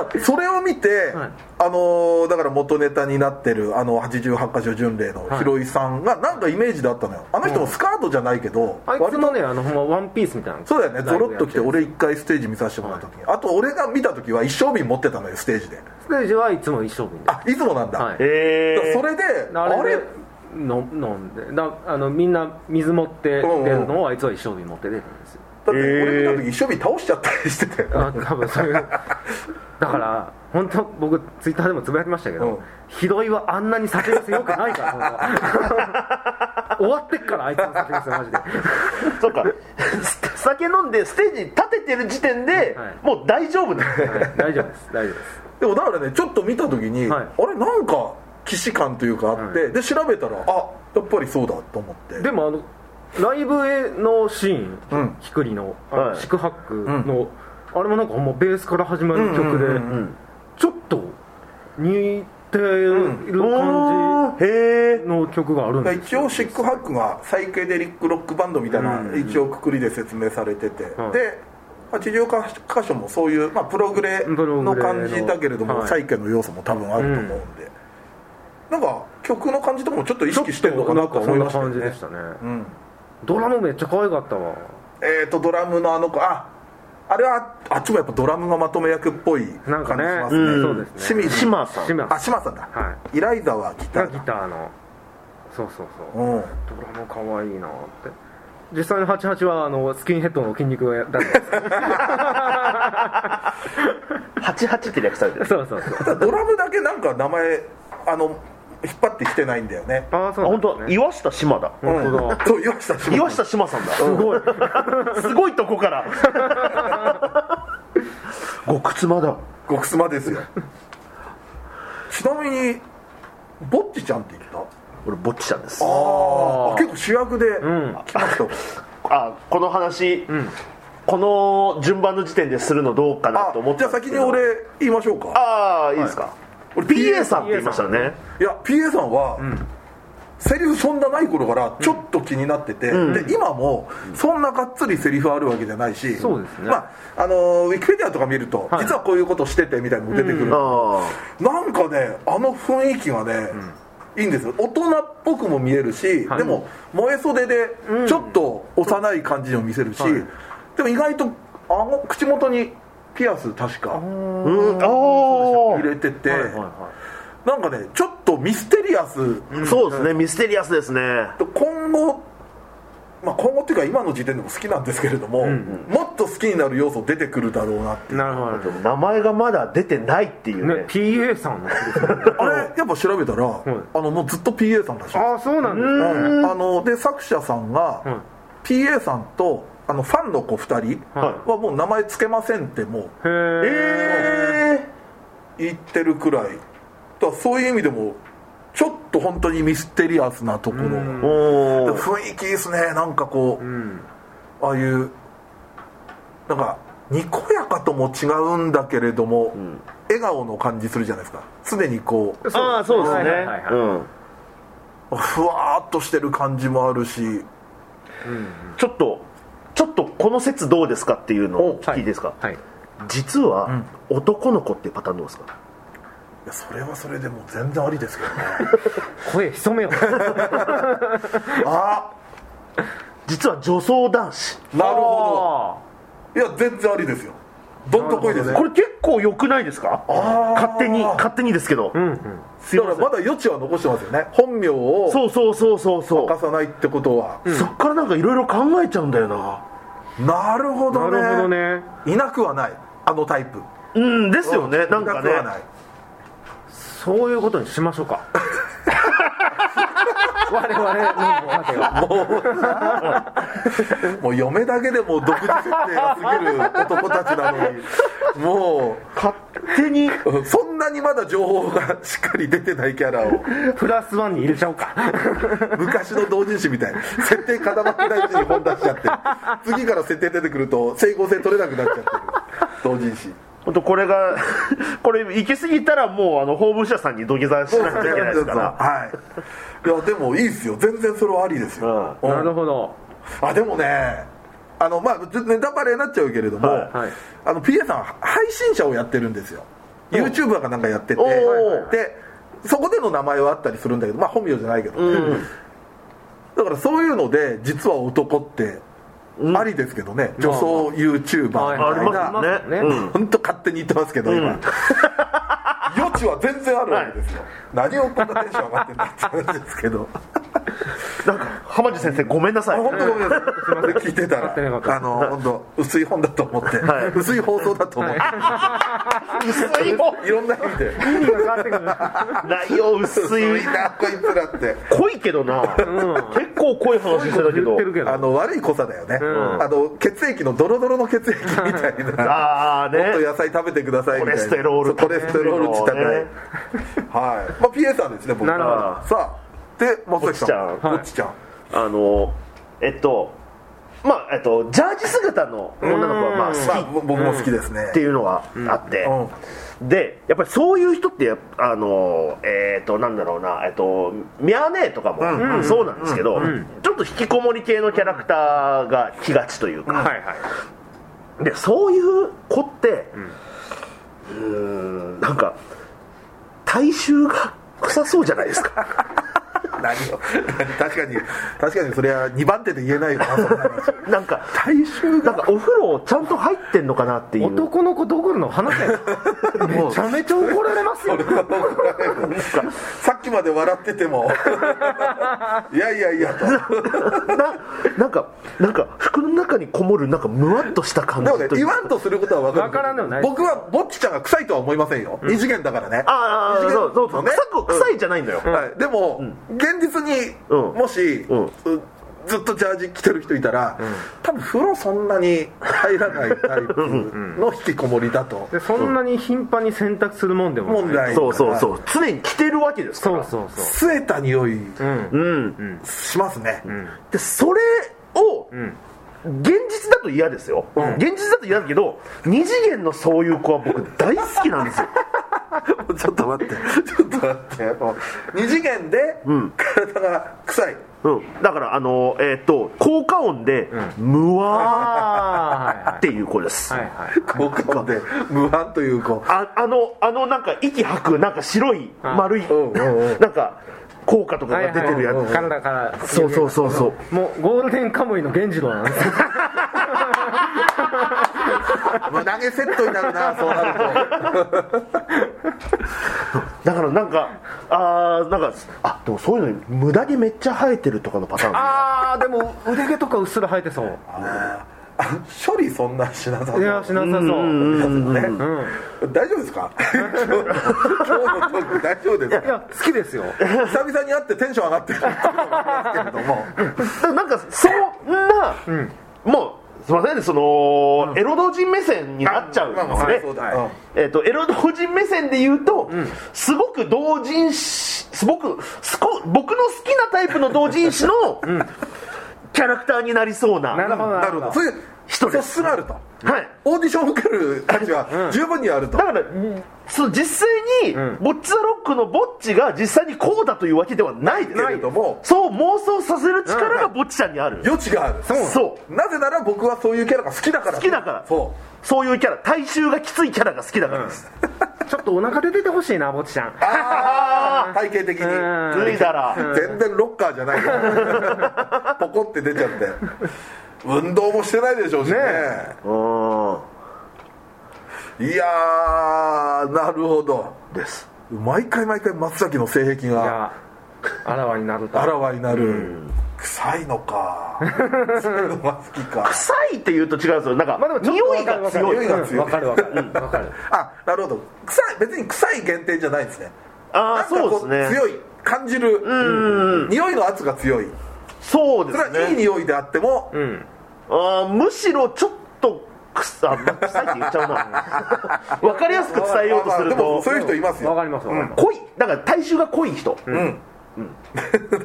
Speaker 2: からそれを見て、
Speaker 3: はい
Speaker 2: あのーだから元ネタになってるあの88箇所巡礼の
Speaker 3: はい
Speaker 2: 広井さんがなんかイメージだったのよあの人もスカートじゃないけど、
Speaker 3: あいつ
Speaker 2: 割
Speaker 3: も
Speaker 2: と
Speaker 3: ねあのほんまワンピースみたいな
Speaker 2: そうだよね
Speaker 3: ライ
Speaker 2: ゾ
Speaker 3: ブ
Speaker 2: ロ
Speaker 3: や
Speaker 2: ッと来て俺一回ステージ見させてもらった時に、あと俺が見た時は一生瓶持ってたのよステージで
Speaker 3: ステージはいつも一生分で
Speaker 2: あいつもなんだ、
Speaker 3: はい
Speaker 4: え
Speaker 2: だから
Speaker 4: ー、
Speaker 2: それであれ
Speaker 3: あれでの飲んでだあのみんな水持って出るのをあいつは一生瓶持って出るんですよ
Speaker 2: だって俺見た時一生瓶倒しちゃったりしてたよ、
Speaker 3: あ多分そういうだから本当僕ツイッターでもつぶやきましたけ
Speaker 2: うん
Speaker 3: どひどいはあんなに酒癖よくな いからその終わってっからあいつの酒癖マジで
Speaker 4: そうか酒飲んでステージに立ててる時点で、
Speaker 3: はい
Speaker 4: もう大丈夫だ、
Speaker 3: はい大丈夫です大丈夫です
Speaker 2: でもだからねちょっと見た時に、
Speaker 3: はい
Speaker 2: あれなんか既視感というかあって、
Speaker 3: は
Speaker 2: で調べたらあやっぱりそうだと思って
Speaker 3: でもあのライブのシーン、
Speaker 2: うん
Speaker 3: ひくりのあの
Speaker 4: はい
Speaker 3: 四苦八苦の、あれもなんかほんまベースから始まる曲で、
Speaker 2: うんうんうん
Speaker 4: うん
Speaker 3: ちょっと似てる感
Speaker 4: へえ
Speaker 3: じの曲があるん
Speaker 2: だから
Speaker 3: です
Speaker 2: 一
Speaker 3: よ
Speaker 2: 応シックハックがサイケデリックロックバンドみたいな一応くくりで説明されてて、
Speaker 3: はい
Speaker 2: で80箇所もそういう、まあ、プログレ
Speaker 3: プロ
Speaker 2: の
Speaker 3: グレの
Speaker 2: 感じだけれども、
Speaker 3: はい
Speaker 2: サイケの要素も多分あると思うんで、なんか曲の感じとかもちょっと意識してるのかなと思いました
Speaker 3: そ
Speaker 2: よ
Speaker 3: んな感じ
Speaker 2: ね
Speaker 3: でしたね、
Speaker 2: うん
Speaker 3: ドラムめっちゃ可愛かったわ
Speaker 2: えー、とドラムのあの子ああれはあっちもやっぱドラムがまとめ役っぽい
Speaker 3: な
Speaker 2: 感じし
Speaker 3: んかね
Speaker 2: ます
Speaker 4: う
Speaker 2: ね
Speaker 4: ん
Speaker 3: そうです
Speaker 2: 清
Speaker 3: ね
Speaker 2: 水
Speaker 4: 島さん
Speaker 3: 島
Speaker 2: あ島さんだ、
Speaker 3: は
Speaker 2: イライザはギタ
Speaker 3: が
Speaker 2: ー
Speaker 3: ギ
Speaker 2: だ
Speaker 3: ターのそうそうそう
Speaker 2: うん
Speaker 3: ドラム可愛いなって実際の88はあのスキンヘッドの筋肉がだったん です
Speaker 4: 88って略されて
Speaker 3: けど
Speaker 4: る
Speaker 3: そうそうそう
Speaker 2: ただドラムだけなんか名前あの引っ張ってきてないんだよね
Speaker 3: ああそう
Speaker 4: あ
Speaker 3: な
Speaker 4: 本
Speaker 3: んで
Speaker 4: 当
Speaker 3: す
Speaker 4: だ
Speaker 3: ね
Speaker 4: 岩下島だ
Speaker 3: 本当だ、
Speaker 2: そう岩下志麻
Speaker 4: 岩下島さんだすごいすごいとこから極妻だ
Speaker 2: 極妻ですよちなみにぼっちちゃんって言った
Speaker 4: 俺ぼっちちゃんです
Speaker 2: あーあ結構主役で
Speaker 3: ん
Speaker 2: 来ましたよ、
Speaker 4: あこの話、この順番の時点でするのどうかなと思
Speaker 2: あ
Speaker 4: っ
Speaker 2: じ
Speaker 4: て
Speaker 2: ゃあ先に俺言いましょうか
Speaker 4: ああいいですか、俺 PA さんって言いましたね
Speaker 2: いや PA さんは、セリフそんなない頃からちょっと気になってて、で今もそんながっつりセリフあるわけじゃないし、
Speaker 3: そうですね
Speaker 2: まあ、あのウィキペディアとか見ると、
Speaker 3: はい
Speaker 2: 実はこういうことしててみたいなのも出てくる、
Speaker 4: あ
Speaker 2: なんかねあの雰囲気がね、いいんですよ大人っぽくも見えるし、
Speaker 3: はい
Speaker 2: でも燃え袖でちょっと幼い感じを見せるし、
Speaker 3: はい
Speaker 2: でも意外とあの口元にピアス確か
Speaker 4: うんあ
Speaker 2: 入れてて、
Speaker 4: あ、はいは
Speaker 2: なんかねちょっとミステリアス
Speaker 4: いはい、そうですねミステリアスですね
Speaker 2: 今後、まあ、今後っていうか今の時点でも好きなんですけれども、もっと好きになる要素出てくるだろうなっていう
Speaker 3: なるほど
Speaker 4: 名前がまだ出てないっていうね
Speaker 3: ね PA さんなんですね
Speaker 2: あれやっぱ調べたら、あのもうずっと PA さんらしいです
Speaker 3: ああそうなんですね
Speaker 2: うんあので作者さんが、
Speaker 3: ん
Speaker 2: PA さんとあのファンの子2人
Speaker 4: はい
Speaker 2: はもう名前つけませんっても
Speaker 4: え
Speaker 3: へえ
Speaker 4: え
Speaker 2: う言ってるくらいだからそういう意味でもちょっと本当にミステリアスなところ
Speaker 3: ん
Speaker 4: ー、お
Speaker 2: で
Speaker 4: お
Speaker 2: 雰囲気いいっすねなんかこう、
Speaker 3: ん
Speaker 2: ああいうなんかにこやかとも違うんだけれども、笑顔の感じするじゃないですか常にこう
Speaker 4: ああそうですね
Speaker 3: はいはいはい
Speaker 4: うん
Speaker 2: ふわーっとしてる感じもあるし
Speaker 4: ちょっとちょっとこの説どうですかっていうのを聞いていいですか、
Speaker 3: はい
Speaker 4: 実は男の子っていうパターンどうですか、
Speaker 2: いやそれはそれでもう全然ありですけどね
Speaker 3: 声潜 めよう
Speaker 2: あ
Speaker 4: 実は女装男子
Speaker 2: なるほ
Speaker 3: あ
Speaker 2: どいや全然ありですよどんとこいですよ
Speaker 4: これ結構良くないですか
Speaker 2: ー
Speaker 4: 勝手に勝手にですけど、
Speaker 3: ーうん
Speaker 4: すい
Speaker 2: だ
Speaker 4: ま
Speaker 2: から
Speaker 4: せん
Speaker 2: まだ余地は残してますよね本名を
Speaker 4: そうそうそうそうそ
Speaker 2: 明か
Speaker 4: う、
Speaker 2: さないってことは、
Speaker 4: そっからなんかいろいろ考えちゃうんだよな
Speaker 2: なるほ
Speaker 3: う
Speaker 2: ど
Speaker 3: ん
Speaker 2: ね
Speaker 3: なるほどね
Speaker 2: いなくはないあのタイプ
Speaker 4: うんですよねなん
Speaker 2: い
Speaker 4: か
Speaker 2: なくは
Speaker 4: ね
Speaker 2: ない
Speaker 3: そういうことにしましょ うか我々の待てよ
Speaker 2: もう嫁だけでもう独自設定が過ぎる男たちなのにも
Speaker 4: 勝手に
Speaker 2: うそんなにまだ情報がしっかり出てないキャラを
Speaker 3: プラスワンに入れちゃおうか
Speaker 2: 昔の同人誌みたいに設定固まってないうちに本出しちゃって次から設定出てくると整合性取れなくなっちゃってる同人誌
Speaker 4: ほんとこれが これ行き過ぎたらもうあの法務者さんに土下座しなきゃいけないですから
Speaker 2: はいいやでもいいっすよ全然それはありですよ、うん
Speaker 3: なるほど
Speaker 2: あでもねあのまあちょっとネタバレになっちゃうけれども、
Speaker 4: はい
Speaker 3: はい
Speaker 2: あの PA さん配信者をやってるんですよ YouTuber かなんかやってて
Speaker 4: おー
Speaker 2: でそこでの名前はあったりするんだけどまあ本名じゃないけどね、だからそういうので実は男ってありですけどね、女装 YouTuber みたいな、
Speaker 3: は
Speaker 4: ありますよね
Speaker 3: いありますよね
Speaker 4: うん
Speaker 2: 本当勝手に言ってますけど今、 余地は全然あるわけですよ、何をこんなテンション上がってんだって話ですけど
Speaker 4: なんか浜地先生ごめんなさい
Speaker 2: 本当ごめんなさい聞いてた
Speaker 3: 勝手に分
Speaker 2: ら
Speaker 3: か
Speaker 2: あの本当薄い本だと思って、
Speaker 4: はい
Speaker 2: 薄い放送だと思って、
Speaker 4: 薄いも
Speaker 2: い、ろんな意味で
Speaker 3: 意味が変わってくる
Speaker 4: 内容薄
Speaker 2: 薄
Speaker 4: い
Speaker 2: いなこいつらって
Speaker 4: 濃いけどな、結構濃い話してたけ
Speaker 3: 言
Speaker 4: ど
Speaker 3: ってるけど
Speaker 2: あの悪い濃さだよね、
Speaker 3: ん
Speaker 2: あの血液のドロドロの血液みたいな
Speaker 4: ああ
Speaker 2: もっと
Speaker 4: ね
Speaker 2: 野菜食べてくださいみたいな
Speaker 4: コレステロール
Speaker 2: そうコレステロール値高い、
Speaker 4: ね
Speaker 2: はい、まあ、PA さんですね僕
Speaker 3: なるほ
Speaker 2: さあで松崎さん
Speaker 4: おちちゃん
Speaker 2: おちちゃん
Speaker 4: あのえっとまあえっとジャージ姿の女の子はま
Speaker 2: ま
Speaker 4: あ
Speaker 2: あ、
Speaker 4: 好き
Speaker 2: ぼ僕も好きですね、
Speaker 4: っていうのがあって、
Speaker 2: うん
Speaker 4: でやっぱりそういう人ってやっぱあのえっ、となんだろうなえっ、とミャーネーとかもそうなんですけど、ちょっと引きこもり系のキャラクターが来がちというか、
Speaker 3: はいはい
Speaker 4: でそういう子ってうーんなんか体臭が臭そうじゃないですか
Speaker 2: 何を 確かに確かにそれは2番手で言えないよなそんな話
Speaker 4: なんか
Speaker 2: 大衆
Speaker 4: なんかお風呂ちゃんと入ってんのかなっていう
Speaker 3: 男の子どころの 話だよめちゃめちゃ怒られますよ
Speaker 2: さっきまで笑ってて もいやいやいやと
Speaker 4: ななんかなんか服の中にこもるなんかむわっとした感
Speaker 2: で
Speaker 4: じ
Speaker 2: もね
Speaker 4: とい
Speaker 2: 言
Speaker 4: うか
Speaker 2: わんとすることは分かる
Speaker 3: 分からんでもない
Speaker 2: 僕はぼっちちゃんが臭いとは思いませんよ、二次元だからね
Speaker 4: ああ
Speaker 2: 二次元
Speaker 4: そうそうそう、
Speaker 2: ね
Speaker 4: 臭く臭いじゃないんだよ、
Speaker 2: はい、でも、現実に、
Speaker 4: うん
Speaker 2: もし、
Speaker 4: うん
Speaker 2: ずずっとジャージ着てる人いたら、多分風呂そんなに入らないタイプの引きこもりだと
Speaker 3: でそんなに頻繁に洗濯するもんでも
Speaker 2: 問
Speaker 3: ない
Speaker 2: 題
Speaker 4: そうそうそう常に着てるわけですか
Speaker 3: そ
Speaker 4: ら
Speaker 3: うそうそう
Speaker 2: 据えた匂い
Speaker 3: うん
Speaker 4: うん
Speaker 2: しますね、
Speaker 4: でそれを、
Speaker 3: ん
Speaker 4: 現実だと嫌ですよ、現実だと嫌だけど二次元のそういう子は僕大好きなんですよ
Speaker 2: ちょっと待ってちょっと待ってもう二次元で体が臭い、
Speaker 4: うん、だからあのえーっ、と効果音で、むわー
Speaker 3: あ
Speaker 4: っていう子です、
Speaker 3: あはいはい
Speaker 2: 効果音で無反という子
Speaker 4: ああのあのなんか息吐くなんか白い
Speaker 3: あ
Speaker 4: 丸い
Speaker 2: うんうんうん
Speaker 4: なんか効果とか
Speaker 3: はい
Speaker 4: が
Speaker 3: はい
Speaker 4: 出てるやつ、
Speaker 3: 体から
Speaker 4: そうそうそうそう
Speaker 3: もうゴールデンカムイの源次郎なんですよ
Speaker 2: 胸毛セットになるなそうなると
Speaker 4: だからなんかあーなんかあでもそういうのに無駄にめっちゃ生えてるとかのパターン
Speaker 3: ああでも腕毛とかうっすら生えてそう
Speaker 2: あ処理そんなしなさそう
Speaker 3: いやしなさ
Speaker 4: うんう
Speaker 3: そう
Speaker 4: んうんうん
Speaker 2: ね
Speaker 3: うん
Speaker 2: 大丈夫ですか今日のトーク大丈夫です
Speaker 3: い
Speaker 2: か
Speaker 3: や好きですよ
Speaker 2: 久々に会ってテンション上がってるところなんですけれども
Speaker 4: だからなんかそんな、もうすみませんねその、エロ同人目線になっちゃうんですね、
Speaker 2: まあまあそうだうん
Speaker 4: えっとエロ同人目線で言うと、すごく同人誌すごくすこ僕の好きなタイプの同人誌の、キャラクターになりそうな
Speaker 3: なるほど
Speaker 2: なるほどそういう
Speaker 4: 人です
Speaker 2: 素質があると
Speaker 4: はい
Speaker 2: オーディションを受ける価値は十分にあると
Speaker 4: だから、その実際に、
Speaker 3: ん
Speaker 4: ボッチザロックのボッチが実際にこうだというわけではないです
Speaker 2: けれども
Speaker 4: そう妄想させる力がボッチちゃんにある、
Speaker 2: 余地がある
Speaker 4: そうそう
Speaker 2: なぜなら僕はそういうキャラが好きだから
Speaker 4: 好きだから
Speaker 2: そ
Speaker 4: そういうキャラ大衆がきついキャラが好きだからです、
Speaker 3: ちょっとお腹出ててほしいなぼっちちゃん
Speaker 2: うああ体型的に
Speaker 3: うん
Speaker 4: 脱いだら
Speaker 2: 全然ロッカーじゃない ポコって出ちゃって運動もしてないでしょうしねいやーなるほど
Speaker 4: です
Speaker 2: 毎回毎回松崎の性癖
Speaker 3: い
Speaker 2: が
Speaker 3: やあらわになると
Speaker 2: あらわになる、臭いの か臭いのが好きか
Speaker 4: 臭いって言うと違うんですよなんか、
Speaker 3: まあでもちょ
Speaker 4: 匂
Speaker 3: っ
Speaker 4: い
Speaker 3: と
Speaker 4: が
Speaker 3: わか
Speaker 4: 強
Speaker 3: る
Speaker 4: い
Speaker 2: 匂いが強い
Speaker 3: わかるわかるうんわかる
Speaker 2: あなるほど臭い別に臭い限定じゃないんですね
Speaker 4: あ
Speaker 2: な
Speaker 4: あ
Speaker 2: んかこ
Speaker 4: そうですね
Speaker 2: 強い感じる
Speaker 4: うん
Speaker 2: 匂いの圧が強い
Speaker 4: そうで
Speaker 2: それ
Speaker 4: す
Speaker 2: はいい
Speaker 4: ね
Speaker 2: 匂いであっても、
Speaker 3: うん
Speaker 4: あーむしろちょっと臭あ臭いって言っちゃうなわかりやすく伝えようと
Speaker 2: まあま
Speaker 4: する
Speaker 2: あでも
Speaker 4: と
Speaker 2: そういう人いますよ
Speaker 3: わかりますわかります
Speaker 4: 濃いだから大衆が濃い人、
Speaker 2: な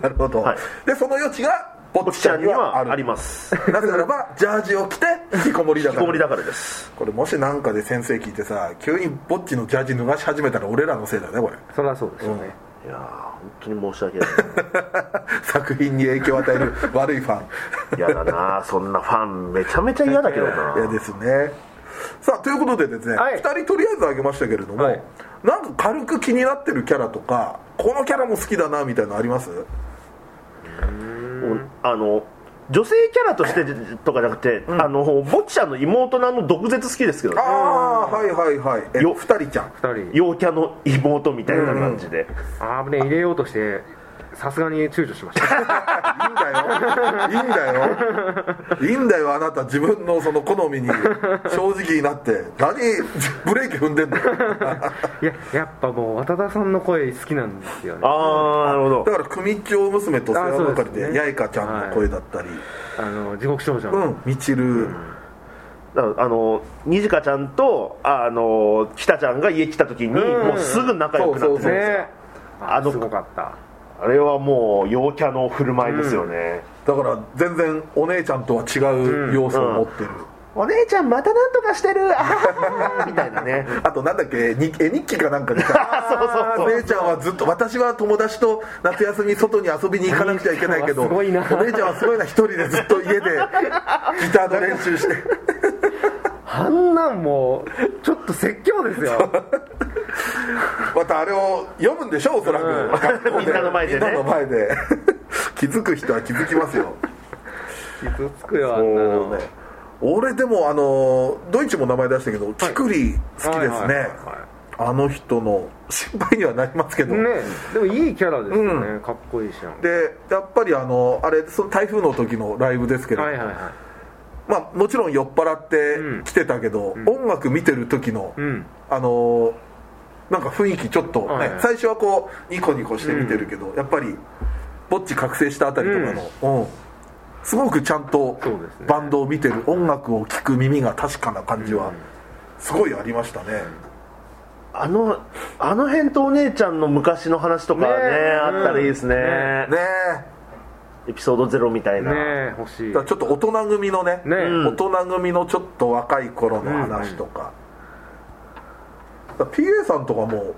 Speaker 2: るほど、
Speaker 4: はい
Speaker 2: でその余地がぼ
Speaker 4: ボ
Speaker 2: っ
Speaker 4: ッ
Speaker 2: ち
Speaker 4: チ
Speaker 2: ち
Speaker 4: ち
Speaker 2: ゃ
Speaker 4: ゃ
Speaker 2: ん
Speaker 4: ん
Speaker 2: に
Speaker 4: に
Speaker 2: はあ
Speaker 4: は
Speaker 2: る
Speaker 4: あります
Speaker 2: なぜなら ばジャージを着て引きこもりだ
Speaker 4: 引
Speaker 2: か
Speaker 4: きこ
Speaker 2: ら
Speaker 4: もりだからです
Speaker 2: これもしなんかで先生聞いてさ急にぼっちのジャージ脱がし始めたら俺らのせいだよねこれ
Speaker 3: そりゃそうですよね
Speaker 4: いやー本当に申し訳ない
Speaker 2: 作品に影響を与える悪いフ ァン
Speaker 4: 嫌だな そんなファンめちゃめちゃ嫌だけどない
Speaker 2: やですねさあということでですね、
Speaker 3: はい
Speaker 2: 2人とりあえず挙げましたけれども、
Speaker 3: はい
Speaker 2: なんか軽く気になってるキャラとかこのキャラも好きだなみたいなのあります
Speaker 4: うんあの女性キャラとしてとかじゃなくて、あのボッチちゃんの妹のあの毒舌好きですけど
Speaker 2: ああはいはいはいえ
Speaker 4: よ
Speaker 2: 2人ちゃん
Speaker 3: 二人
Speaker 4: 陽キャの妹みたいな感じで、
Speaker 3: あぶね入れようとしてさすがに躊躇しました
Speaker 2: いいんだよいいんだよいいんだよあなた自分のその好みに正直になって何ブレーキ踏んでんの
Speaker 3: いややっぱもう渡田さんの声好きなんですよねあ
Speaker 4: ああなるほど
Speaker 2: だから組長娘と世話ばかり
Speaker 3: あそうで
Speaker 2: で
Speaker 3: すね
Speaker 2: 八重香ちゃんの声だったり、
Speaker 3: の地獄少女
Speaker 2: う
Speaker 3: の
Speaker 2: んみちる、
Speaker 4: だからあのにじかちゃんとああのきたちゃんが家来た時に、
Speaker 3: ん
Speaker 4: もうすぐ仲良くなって
Speaker 2: そうそう
Speaker 4: る
Speaker 3: ねあ
Speaker 4: あ
Speaker 3: の
Speaker 4: の
Speaker 3: すごかった
Speaker 4: あれはもう陽キャの振る舞いですよね、
Speaker 2: だから全然お姉ちゃんとは違う要素を持ってる、
Speaker 4: お姉ちゃんまたなんとかしてるあはははみたいなね
Speaker 2: あとなんだっけに絵日記かなんかでさ
Speaker 4: あ そうそうそう
Speaker 2: お姉ちゃんはずっと私は友達と夏休み外に遊びに行かなくちゃいけないけど
Speaker 3: お
Speaker 2: お
Speaker 3: 姉
Speaker 2: 姉ち
Speaker 3: ち
Speaker 2: ゃ
Speaker 3: ゃんはすごいなん
Speaker 2: はすごいな一人でずっと家でギターの練習して
Speaker 3: あんなんもうちょっと説教です よ
Speaker 2: またあれを読むんでしょおそらく、学校
Speaker 4: みんなの前で
Speaker 2: み
Speaker 4: ね
Speaker 2: んなの前で 気づく人は気づきますよ
Speaker 3: 傷つくよあんな
Speaker 4: も
Speaker 3: の
Speaker 4: うね
Speaker 2: 俺でもあのドイツも名前出したけど、キクリ好きです
Speaker 3: はいはいはい
Speaker 2: ねあの人の心配にはなりますけど、
Speaker 3: ねでもいいキャラですよね、
Speaker 2: う
Speaker 3: かっこいいしな
Speaker 2: でやっぱりあのあれその台風の時のライブですけど、
Speaker 3: はいはいは
Speaker 2: まあ、もちろん酔っ払
Speaker 3: うん
Speaker 2: って来てたけど、音楽見てる時の、
Speaker 3: いうん
Speaker 2: あのなんか雰囲気ちょっと、ね
Speaker 3: はいはい
Speaker 2: 最初はこうニコニコして見てるけど、やっぱりぼっち覚醒したあたりとかの、うんすごくちゃんと
Speaker 3: そうですね
Speaker 2: バンドを見てる音楽を聴く耳が確かな感じはすごいありましたね、
Speaker 4: あのあの辺とお姉ちゃんの昔の話とかね
Speaker 3: ねえ
Speaker 4: あったらいいですね,、
Speaker 2: ね
Speaker 4: エピソードゼロみたいな、
Speaker 3: ねえ欲しい
Speaker 2: えだからちょっと大人組のね
Speaker 3: ねえ
Speaker 2: 大人組のちょっと若い頃の話とか,、だから PA さんとかも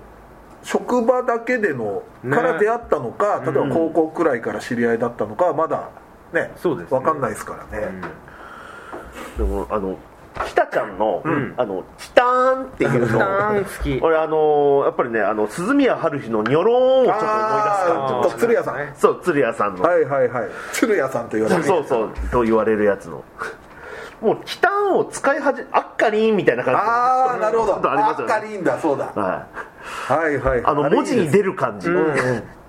Speaker 2: 職場だけでの
Speaker 3: ね
Speaker 2: から出会ったのか、例えば高校くらいから知り合いだったのかはまだね
Speaker 3: そうですね
Speaker 2: わかんないですからね、
Speaker 4: でもあのきたちゃんの「あのきたーん」っていうの
Speaker 3: ダーン好き
Speaker 4: 俺あのやっぱりねあの鈴宮春日の「にょろーん」をちょっと
Speaker 2: ああちょ
Speaker 4: 思い出
Speaker 2: っ
Speaker 4: す
Speaker 2: と鶴屋さん、
Speaker 3: ね
Speaker 4: そう鶴屋さんの、
Speaker 2: はいはいはい鶴屋さんと言われ
Speaker 4: そ
Speaker 2: て
Speaker 4: うそうそうと言われるやつのもうキタンを使い始めあっかりんみたいな感じ
Speaker 2: ああなるほ
Speaker 4: ちょっ
Speaker 2: ど
Speaker 4: とあります
Speaker 2: あ
Speaker 4: よ
Speaker 2: っ
Speaker 4: ね
Speaker 2: かりんだそうだ
Speaker 4: はい
Speaker 2: はいはい
Speaker 4: あの文字に
Speaker 2: る
Speaker 4: 出る感じ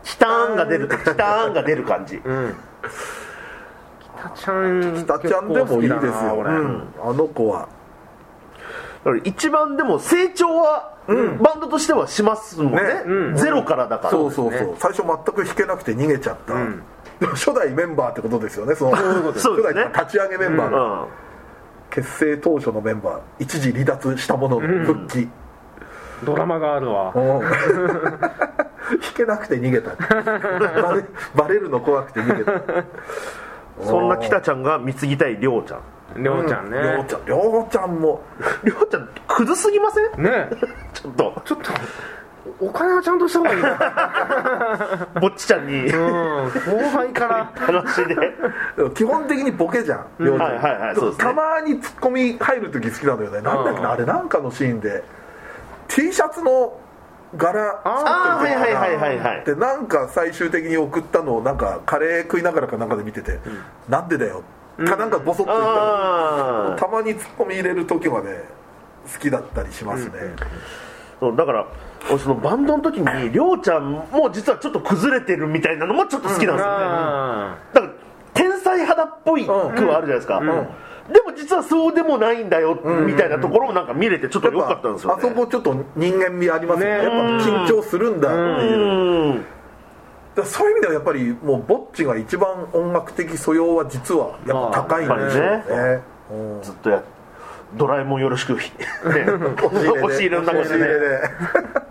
Speaker 4: キタンが出るとキタンが出る感じ
Speaker 3: うん北ちゃん
Speaker 2: 北ちゃんでもいいですよ、
Speaker 3: 結構好きだな俺
Speaker 2: うんあの子は
Speaker 4: だから一番でも成長は、バンドとしてはしますもんね
Speaker 2: ね
Speaker 3: うん
Speaker 4: ゼロからだから
Speaker 2: そうそうそう最初全く弾けなくて逃げちゃった、
Speaker 3: うん
Speaker 2: でも初代メンバーってことですよねその
Speaker 4: そうですね
Speaker 2: 初代立ち上げメンバー
Speaker 4: う
Speaker 2: が、
Speaker 4: ん
Speaker 2: 結成当初のメンバー一時離脱したものの復帰、
Speaker 3: ドラマがあるわ
Speaker 2: うん弾けなくて逃げたバレバレるの怖くて逃げた
Speaker 4: そんな北ちゃんが貢ぎたいりょうちゃん
Speaker 3: りょうちゃんね、
Speaker 2: りょうちゃんりょうちゃんも
Speaker 4: りょうちゃんクズすぎません
Speaker 3: ね
Speaker 4: ちょっと
Speaker 3: ちょっとお金はちゃんとした方がいいな
Speaker 4: ぼっちちゃんに
Speaker 3: うん後輩から
Speaker 4: 話で
Speaker 2: でも基本的にボケじゃん、りょうちゃん
Speaker 4: はいはいはいそうですね
Speaker 2: たまにツッコミ入る時好きなのよねなんだっけ
Speaker 3: うん
Speaker 2: なあれなんかのシーンで T シャツの柄
Speaker 3: あ
Speaker 4: ーはいはいはいはいはい
Speaker 2: でなんか最終的に送ったのをなんかカレー食いながらかなんかで見てて、なんでだよかなんかボソッと言ったの
Speaker 4: あ
Speaker 2: たまにツッコミ入れる時はね好きだったりしますね、
Speaker 4: あだから俺そのバンドの時にりょうちゃんも実はちょっと崩れてるみたいなのもちょっと好きなんですよね、
Speaker 3: あ
Speaker 4: だから天才肌っぽい句はあるじゃないですか、でも実はそうでもないんだよみたいなところもなんか見れてちょっと良かったんですよ
Speaker 2: あ
Speaker 4: ね
Speaker 2: そこちょっと人間味ありますよね
Speaker 3: ね
Speaker 2: やっぱ緊張するんだっていう、
Speaker 4: うん
Speaker 2: だからそういう意味ではやっぱりもうボッチが一番音楽的素養は実はやっぱ高いんでしょう
Speaker 4: まあやっぱり
Speaker 2: ねうん
Speaker 4: ずっとやっドラえもんよろし く、ね、押し入れの中
Speaker 2: 押し入
Speaker 4: で
Speaker 2: れ
Speaker 4: ね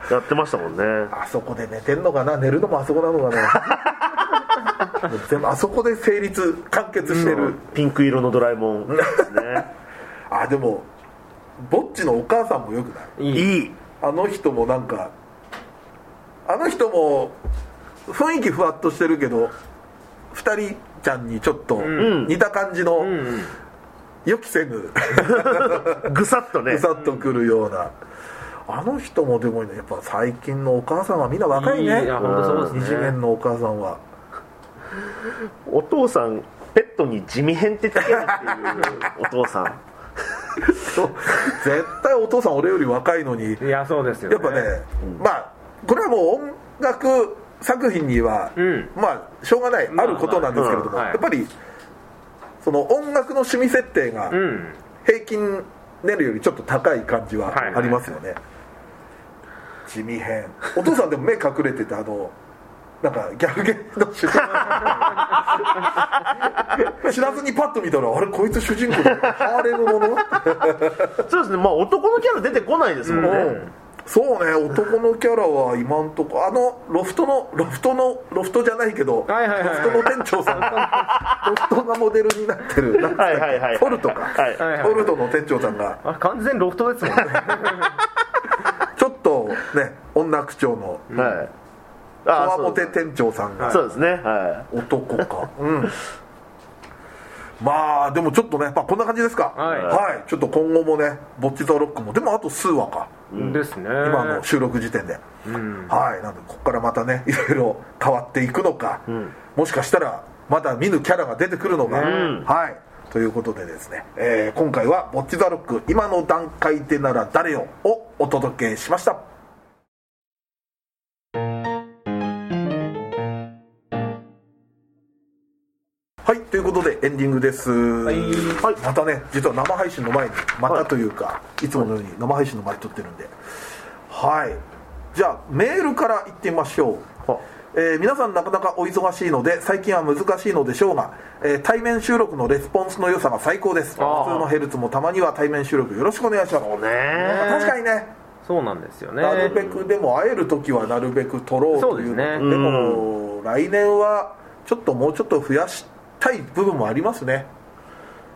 Speaker 2: で
Speaker 4: やってましたもんね
Speaker 2: あそこで寝てんのかな寝るのもあそこなのかなもう全部あそこで成立完結してる、
Speaker 4: ピンク色のドラ えもんですね
Speaker 2: あでもボッチのお母さんもよくない
Speaker 3: ーい
Speaker 4: い
Speaker 3: い
Speaker 4: い
Speaker 2: あの人もなんかあの人も雰囲気ふわっとしてるけど二人ちゃんにちょっと
Speaker 4: ん
Speaker 2: 似た感じの
Speaker 3: うん
Speaker 2: 予期せぬ
Speaker 4: ぐさっとね
Speaker 2: ぐさっとくるようなあの人もでもやっぱ最近のお母さんはみんな若いね
Speaker 3: いや本当そうですね
Speaker 2: 二次元のお母さんは
Speaker 4: お父さんペットに地味変ってつけるっていうお父さん
Speaker 2: そう絶対お父さん俺より若いのに
Speaker 3: いやそうですよ、ね、
Speaker 2: やっぱね、まあこれはもう音楽作品には、
Speaker 3: うん
Speaker 2: まあしょうがない、
Speaker 3: まあ
Speaker 2: あることなんですけれども、
Speaker 3: まあうんはい
Speaker 2: やっぱりその音楽の趣味設定が
Speaker 3: うん
Speaker 2: 平均年齢よりちょっと高い感じは
Speaker 3: はいはい
Speaker 2: ありますよね、地味編お父さんでも目隠れててあのなんかギャルゲーの主人 公知らずにパッと見たらあれこいつ主人公だハーレムもの
Speaker 4: そうですねまあ男のキャラ出てこないですもんね、
Speaker 2: そうね男のキャラは今んとこあのロフトのロフトのロフトじゃないけど、
Speaker 3: はいはいはいはい
Speaker 2: ロフトの店長 さんロフトがモデルになってるなんつったっ
Speaker 4: は
Speaker 2: け
Speaker 4: いはいはい
Speaker 2: フォルトか、
Speaker 4: はい
Speaker 3: はい
Speaker 2: フォルトの店長さんが
Speaker 3: あ完全ロフトですもんね
Speaker 2: ちょっとね女口調の
Speaker 4: はいあ
Speaker 2: コア
Speaker 4: そ
Speaker 2: モ
Speaker 4: うで
Speaker 2: テ
Speaker 4: す
Speaker 2: 店長さんが
Speaker 4: そうですねは
Speaker 2: 男かうんまあでもちょっとね、まあ、こんな感じですか
Speaker 3: はい
Speaker 2: はい、ちょっと今後もねぼっちザロックもでもあと数話か
Speaker 3: ですね
Speaker 2: 今の収録時点で、
Speaker 3: ん
Speaker 2: はいなのでここからまたねいろいろ変わっていくのか、もしかしたらまだ見ぬキャラが出てくるのか、
Speaker 4: ん
Speaker 2: はいということでですね、えー今回は「ぼっちザロック今の段階でなら誰よ」をお届けしましたはいということでエンディングです、
Speaker 4: い
Speaker 2: またね実は生配信の前にまたというか、い、つものように生配信の前に撮ってるんではいじゃあメールからいってみましょう
Speaker 4: あ
Speaker 2: えー皆さんなかなかお忙しいので最近は難しいのでしょうが、えー対面収録のレスポンスの良さが最高です
Speaker 3: あー
Speaker 2: 普通のヘルツもたまには対面収録よろしくお願いします
Speaker 4: いね
Speaker 2: 確かにね
Speaker 3: そうなんですよね
Speaker 2: なるべくでも会える時はなるべく取ろう
Speaker 3: そう
Speaker 2: と
Speaker 3: で
Speaker 2: い
Speaker 3: す
Speaker 2: う
Speaker 3: ね
Speaker 2: でも来年はちょっともうちょっと増やしたい部分もありますね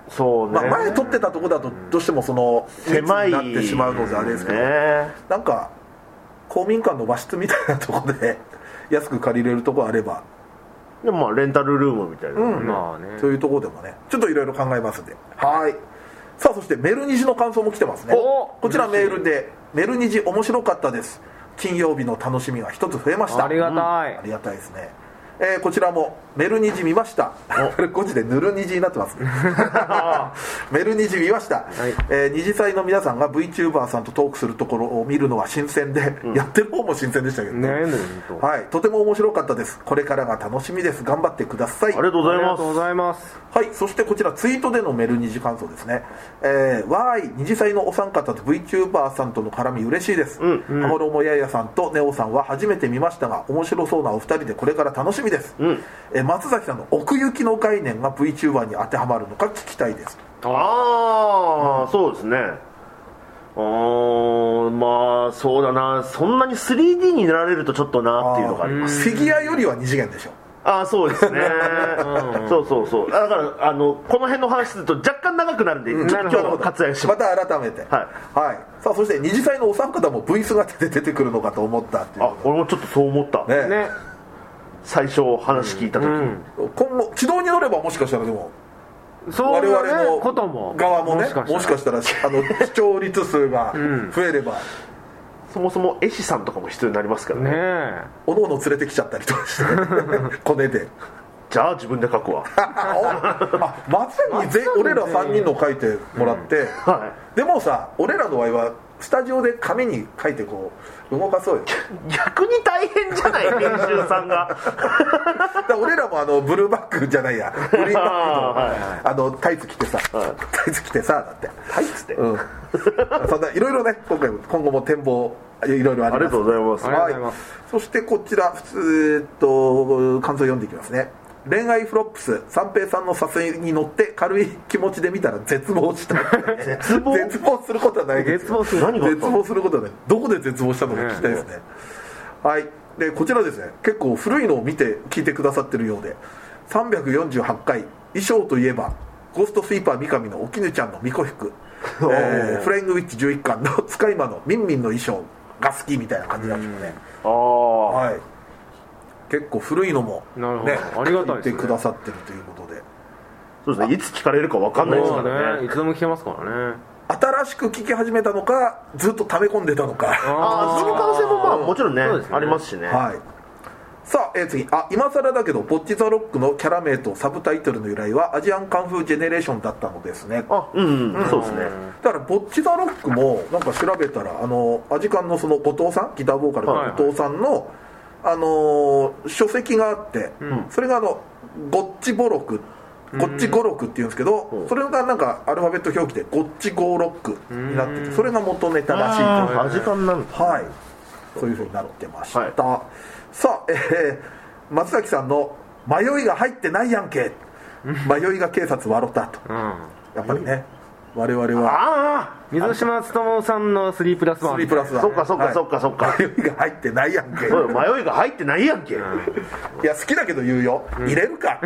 Speaker 4: そうね、
Speaker 2: まあ、前撮ってたとこだとどうしてもその
Speaker 4: 狭い
Speaker 2: 密になってしまうのであれですけど、
Speaker 4: ね
Speaker 2: なんか公民館の和室みたいなとこで安く借りれるとこあれば
Speaker 4: でもまあレンタルルームみたいな、
Speaker 2: うん
Speaker 3: まあね
Speaker 2: というとこでもねちょっといろいろ考えますんではいさあそしてメルニジの感想も来てますね
Speaker 3: お
Speaker 2: こちらメールで「メルニジ面白かったです」金曜日の楽しみが一つ増えました
Speaker 3: ありがたい
Speaker 2: ありがたいですね、えーこちらもメルニジ見ました これ5時でヌルニジになってますメルニジ見ました、
Speaker 3: い
Speaker 2: えー二次祭の皆さんが VTuber さんとトークするところを見るのは新鮮で、やってる方も新鮮でしたけどね
Speaker 3: 悩んでる本当。あ
Speaker 2: はい、とても面白かったですこれからが楽しみです頑張ってください
Speaker 4: ありがとうござい
Speaker 3: りが
Speaker 4: ます
Speaker 3: とうございます。
Speaker 2: はい、そしてこちらツイートでのメル二次感想ですね、えー、わーい二次祭のお三方と VTuber さんとの絡み嬉しいです
Speaker 4: ん
Speaker 2: 羽衣、もややさんとネオさんは初めて見ましたが面白そうなお二人でこれから楽しみです、
Speaker 4: ん
Speaker 2: えー松崎さんの奥行きの概念が VTuber に当てはまるのか聞きたいです
Speaker 4: ああ、そうですねあーまあそうだなそんなに 3D になられるとちょっとなっていうのがあります
Speaker 2: フィギュアよりは二次元でしょ
Speaker 4: ああそうですね そうそうそうだからあのこの辺の話すると若干長くなるんで、ちょっと今日の活躍しま
Speaker 2: ますた改めて
Speaker 4: は
Speaker 2: はいさあそして二次祭のお三方も V 姿で出てくるのかと思ったっていう
Speaker 4: あ俺もちょっとそう思った、
Speaker 2: ね
Speaker 3: ね。
Speaker 4: 最初話聞いた時、
Speaker 3: うん。
Speaker 2: 今後軌道に乗ればもしかしたらでも
Speaker 3: そう
Speaker 2: 我
Speaker 3: いう
Speaker 2: 々
Speaker 3: ね
Speaker 2: の
Speaker 3: ことも。
Speaker 2: 側もね
Speaker 3: ら
Speaker 2: もしかしたらあの視聴率数が
Speaker 3: ん
Speaker 2: 増えれば
Speaker 4: そもそも絵師さんとかも必要になりますからね
Speaker 3: ねえ。
Speaker 2: おのおの連れてきちゃったりとかして コネで
Speaker 4: じゃあ自分で書 くわ
Speaker 2: あおあ松崎に全
Speaker 3: 松崎に
Speaker 2: 俺ら3人の書いてもらって、
Speaker 4: は
Speaker 2: でもさ俺らの場合はスタジオで紙に書いてこう動かそうよ
Speaker 4: い逆に大変じゃない編集さんが
Speaker 2: だから俺らもあのブルーバックじゃないやグリーン
Speaker 4: は
Speaker 2: バ
Speaker 4: い
Speaker 2: ックのあのタイツ着てさ、
Speaker 4: はい
Speaker 2: タイツ着てさだって
Speaker 4: はいっつって、
Speaker 2: うんそんないろいろね今回も今後も展望いろいろあります
Speaker 4: ありがとうございます
Speaker 3: ありがとうございます
Speaker 2: はい、そしてこちら普通、えっと感想読んでいきますね恋愛フロップス三平さんの誘いに乗って軽い気持ちで見たら絶望した絶
Speaker 4: 望
Speaker 2: 絶望することはないです
Speaker 3: 絶望する
Speaker 4: 何があった
Speaker 2: 絶望することはないどこで絶望したのか聞きたいですね、はいでこちらですね結構古いのを見て聞いてくださってるようで348回衣装といえばゴーストスイーパー三上のお絹ちゃんの巫女服、えーフライングウィッチ11巻の 使い魔のミンミンの衣装が好きみたいな感じなんでしょうね、
Speaker 4: ああ、
Speaker 2: はい、結構古いのも、
Speaker 3: なるほどありがたいですね
Speaker 2: 聞てくださってるということで
Speaker 4: そうですねいつ聞かれるか分かんないです
Speaker 3: そ
Speaker 4: か
Speaker 3: う
Speaker 4: ら
Speaker 3: だ
Speaker 4: ね
Speaker 3: ね。いつでも聞けますからね。
Speaker 2: 新しく聞き始めたのかずっと溜め込んでたのか、
Speaker 4: ああその可能性もまあもちろんね
Speaker 3: そうですね
Speaker 4: ありますしね、
Speaker 2: はい、さあ、えー次あ今更だけど「ボッチ・ザ・ロック」のキャラ名とサブタイトルの由来はアジアンカンフー・ジェネレーションだったのですね
Speaker 4: あうん、うん、そうですね
Speaker 2: だから「ボッチ・ザ・ロック」もなんか調べたらあのアジカンのその後藤さんギターボーカルの
Speaker 3: はいはい
Speaker 2: 後藤さんの、あのー書籍があって、それがあの「ゴッチボロク」「ゴッチゴロク」っていうんですけど、
Speaker 4: うん
Speaker 2: それがなんかアルファベット表記で「ゴッチゴロック」になっててそれが元ネタらしいという
Speaker 4: あー味感なんだ
Speaker 2: はい、そういうふうになってました、さあ、えー松崎さんの「迷いが入ってないやんけ」「迷いが警察笑った」と
Speaker 3: うん。
Speaker 2: やっぱりね我々は
Speaker 4: あ
Speaker 3: 水島努さんの3プラス
Speaker 2: ス
Speaker 3: 1
Speaker 2: リープラスは
Speaker 4: あそっかそっ
Speaker 2: は
Speaker 4: か
Speaker 2: い
Speaker 4: そっかそっか、
Speaker 2: 迷いが入ってないやんけ
Speaker 4: そうよ迷いが入ってないやんけ、
Speaker 2: いや好きだけど言うよ、入れる か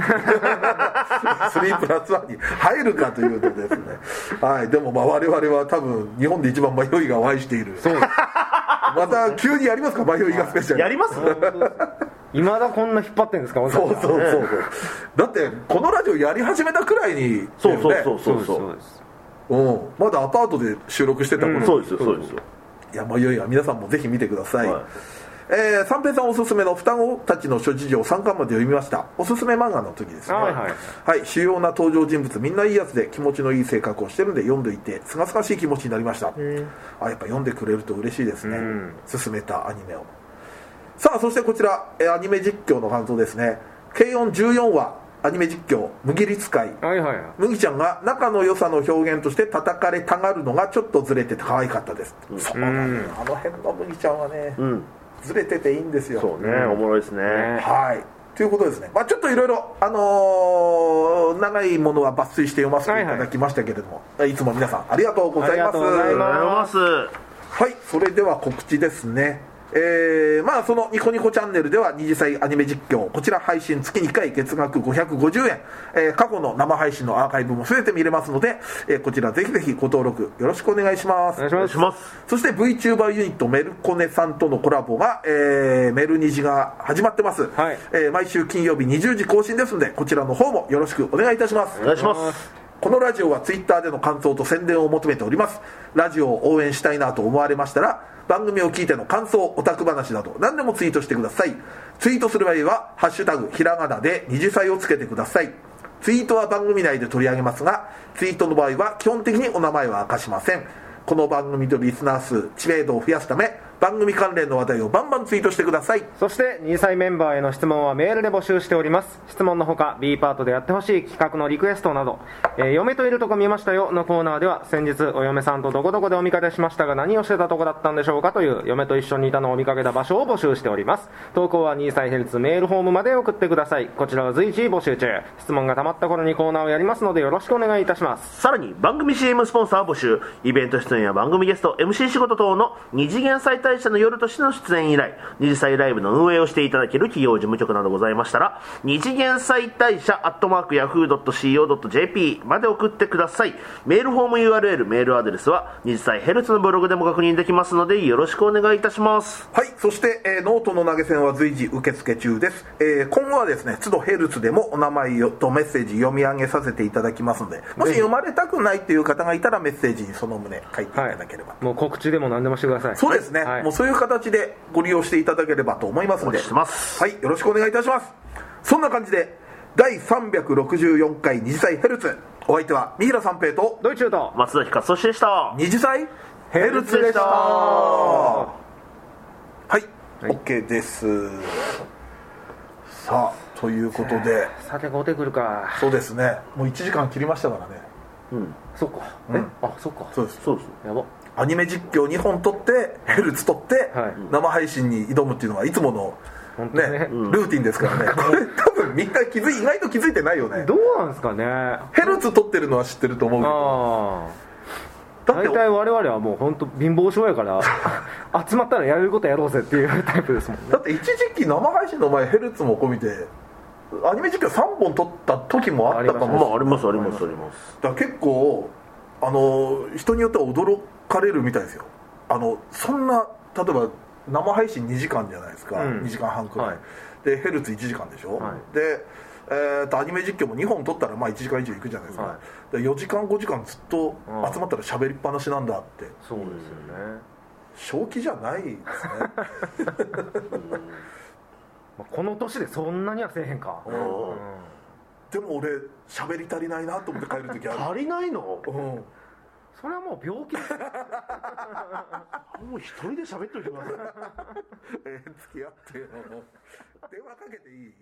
Speaker 2: スリープラスワンに入るかというとですねはいでもまあ我々は多分日本で一番迷いが愛している
Speaker 3: そうです
Speaker 2: また急にやりますか迷いがスペシャル
Speaker 4: やります
Speaker 3: いまだこんな引っ張ってんですかわざ
Speaker 2: そ
Speaker 3: わ
Speaker 2: う
Speaker 3: ざ
Speaker 2: そうそうそうだってこのラジオやり始めたくらいに
Speaker 4: そうそうそう
Speaker 2: だ
Speaker 4: そう
Speaker 3: です
Speaker 4: そう
Speaker 3: そうです
Speaker 2: よねうん、まだアパートで収録してた頃、
Speaker 3: うん
Speaker 4: そうですよそうですよ
Speaker 2: いや迷いは皆さんもぜひ見てください、
Speaker 4: はい
Speaker 2: えー三平さんおすすめの双子たちの諸事情3巻まで読みましたおすすめ漫画の時ですね
Speaker 3: はいはい
Speaker 2: はい主要な登場人物みんないいやつで気持ちのいい性格をしてるんで読んでいてすがすがしい気持ちになりましたあやっぱ読んでくれると嬉しいですね、
Speaker 3: うん
Speaker 2: 進めたアニメをさあそしてこちらえーアニメ実況の感想ですね軽音14話アニメ実況「麦律会」
Speaker 3: はいはいはい
Speaker 2: 麦ちゃんが仲の良さの表現として叩かれたがるのがちょっとずれてて可愛かったです、そうだねあの辺の麦ちゃんはね、
Speaker 4: うん
Speaker 2: ずれてていいんですよ
Speaker 4: そうね、おもろいですね、
Speaker 3: ね
Speaker 2: はいということですね、まあ、ちょっといろいろあのー長いものは抜粋して読ませていただきましたけれども、いいつも皆さんありがとうございます
Speaker 3: ありがとうござい
Speaker 4: ありが
Speaker 3: ま
Speaker 4: とうございます
Speaker 2: はい、それでは告知ですね。えーまあそのニコニコチャンネルでは二次祭アニメ実況こちら配信月2回月額550円、えー過去の生配信のアーカイブも全て見れますので、えーこちらぜひぜひご登録よろしくお願いしま
Speaker 3: お
Speaker 2: す
Speaker 3: 願いし
Speaker 4: お願
Speaker 3: ま
Speaker 4: い
Speaker 3: す
Speaker 4: します
Speaker 2: そして VTuber ユニットメルコネさんとのコラボが、えーメルニジが始まってます、
Speaker 3: はい
Speaker 2: えー毎週金曜日20時更新ですのでこちらの方もよろしくお願いいたします
Speaker 4: お願いします
Speaker 2: このラジオはツイッターでの感想と宣伝を求めておりますラジオを応援したいなと思われましたら番組を聞いての感想オタク話など何でもツイートしてくださいツイートする場合は「ハッシュタグひらがな」で二次祭をつけてくださいツイートは番組内で取り上げますがツイートの場合は基本的にお名前は明かしませんこの番組とリスナー数知名度を増やすため番組関連の話題をバンバンツイートしてください
Speaker 3: そして2歳メンバーへの質問はメールで募集しております質問のほか B パートでやってほしい企画のリクエストなど「えー嫁といるとこ見ましたよ」のコーナーでは先日お嫁さんとどこどこでお見かけしましたが何をしてたとこだったんでしょうかという嫁と一緒にいたのを見かけた場所を募集しております投稿は2歳ヘルツメールフォームまで送ってくださいこちらは随時募集中質問がたまった頃にコーナーをやりますのでよろしくお願いいたします
Speaker 4: さらに番組 CM スポンサー募集イベント出演や番組ゲスト MC 仕事等の二次元再大社の夜としての出演以来二次祭ライブの運営をしていただける企業事務局などございましたら二次元再大社アットマークヤフー .co.jp まで送ってくださいメールフォーム URL メールアドレスは二次祭ヘルツのブログでも確認できますのでよろしくお願いいたします
Speaker 2: はい、そして、えーノートの投げ銭は随時受付中です、えー今後はですね都度ヘルツでもお名前をとメッセージ読み上げさせていただきますのでもし読まれたくないっていう方がいたらメッセージにその旨書いていただければ、
Speaker 3: もう告知でも何でもしてください
Speaker 2: そうですね、
Speaker 3: はい
Speaker 2: もうそういう形でご利用していただければと思いますの
Speaker 4: お待
Speaker 2: で
Speaker 4: ちしてます
Speaker 2: はいよろしくお願いいたしますそんな感じで第364回二次祭ヘルツお相手は三平三平と
Speaker 3: ドイツ中と
Speaker 4: 松崎勝利でした
Speaker 2: 二次祭ヘルツでした
Speaker 3: あ
Speaker 2: はい、OK ですさあということで
Speaker 3: 酒がおてくるか
Speaker 2: そうですねもう1時間切りましたからね
Speaker 3: そっか、えあそっか
Speaker 2: そうです
Speaker 4: そうです
Speaker 3: やば
Speaker 2: アニメ実況2本撮ってヘルツ撮って、
Speaker 3: はい
Speaker 2: 生配信に挑むっていうのがいつもの
Speaker 3: 本当
Speaker 2: ね
Speaker 3: ね
Speaker 2: ルーティンですからねこれ 多分みんな気づい意外と気づいてないよね
Speaker 3: どうなんですかねあ
Speaker 2: ヘルツ撮ってるのは知ってると思うけど
Speaker 3: あ
Speaker 2: だ
Speaker 3: 大体我々はもう本当貧乏症やから 集まったらやれることやろうぜっていうタイプですもんね
Speaker 2: だって一時期生配信の前ヘルツも込みてアニメ実況3本撮った時もあったか
Speaker 3: あり
Speaker 2: も
Speaker 3: ま
Speaker 4: まあありますありますあります
Speaker 2: だから結構あの人によっては驚かれるみたいですよあのそんな例えば生配信2時間じゃないですか、
Speaker 3: うん
Speaker 2: 2時間半くらい、
Speaker 3: はい
Speaker 2: でヘルツ1時間でしょ、
Speaker 3: は
Speaker 2: で、えーとアニメ実況も2本撮ったらまあ1時間以上いくじゃないですか、
Speaker 3: は
Speaker 2: で4時間5時間ずっと
Speaker 3: うん
Speaker 2: 集まったら喋りっぱなしなんだって
Speaker 3: そうですよね、
Speaker 2: 正気じゃないですね
Speaker 3: まあ、この年でそんなにはせえへんか、
Speaker 4: ん
Speaker 3: うん
Speaker 2: でも俺喋り足りないなと思って帰る時 あ
Speaker 4: 足
Speaker 2: る
Speaker 4: りないの
Speaker 2: うん
Speaker 3: それはもう病気ですよ
Speaker 4: もう一人で喋っといてください
Speaker 2: えー付き合って電話かけていい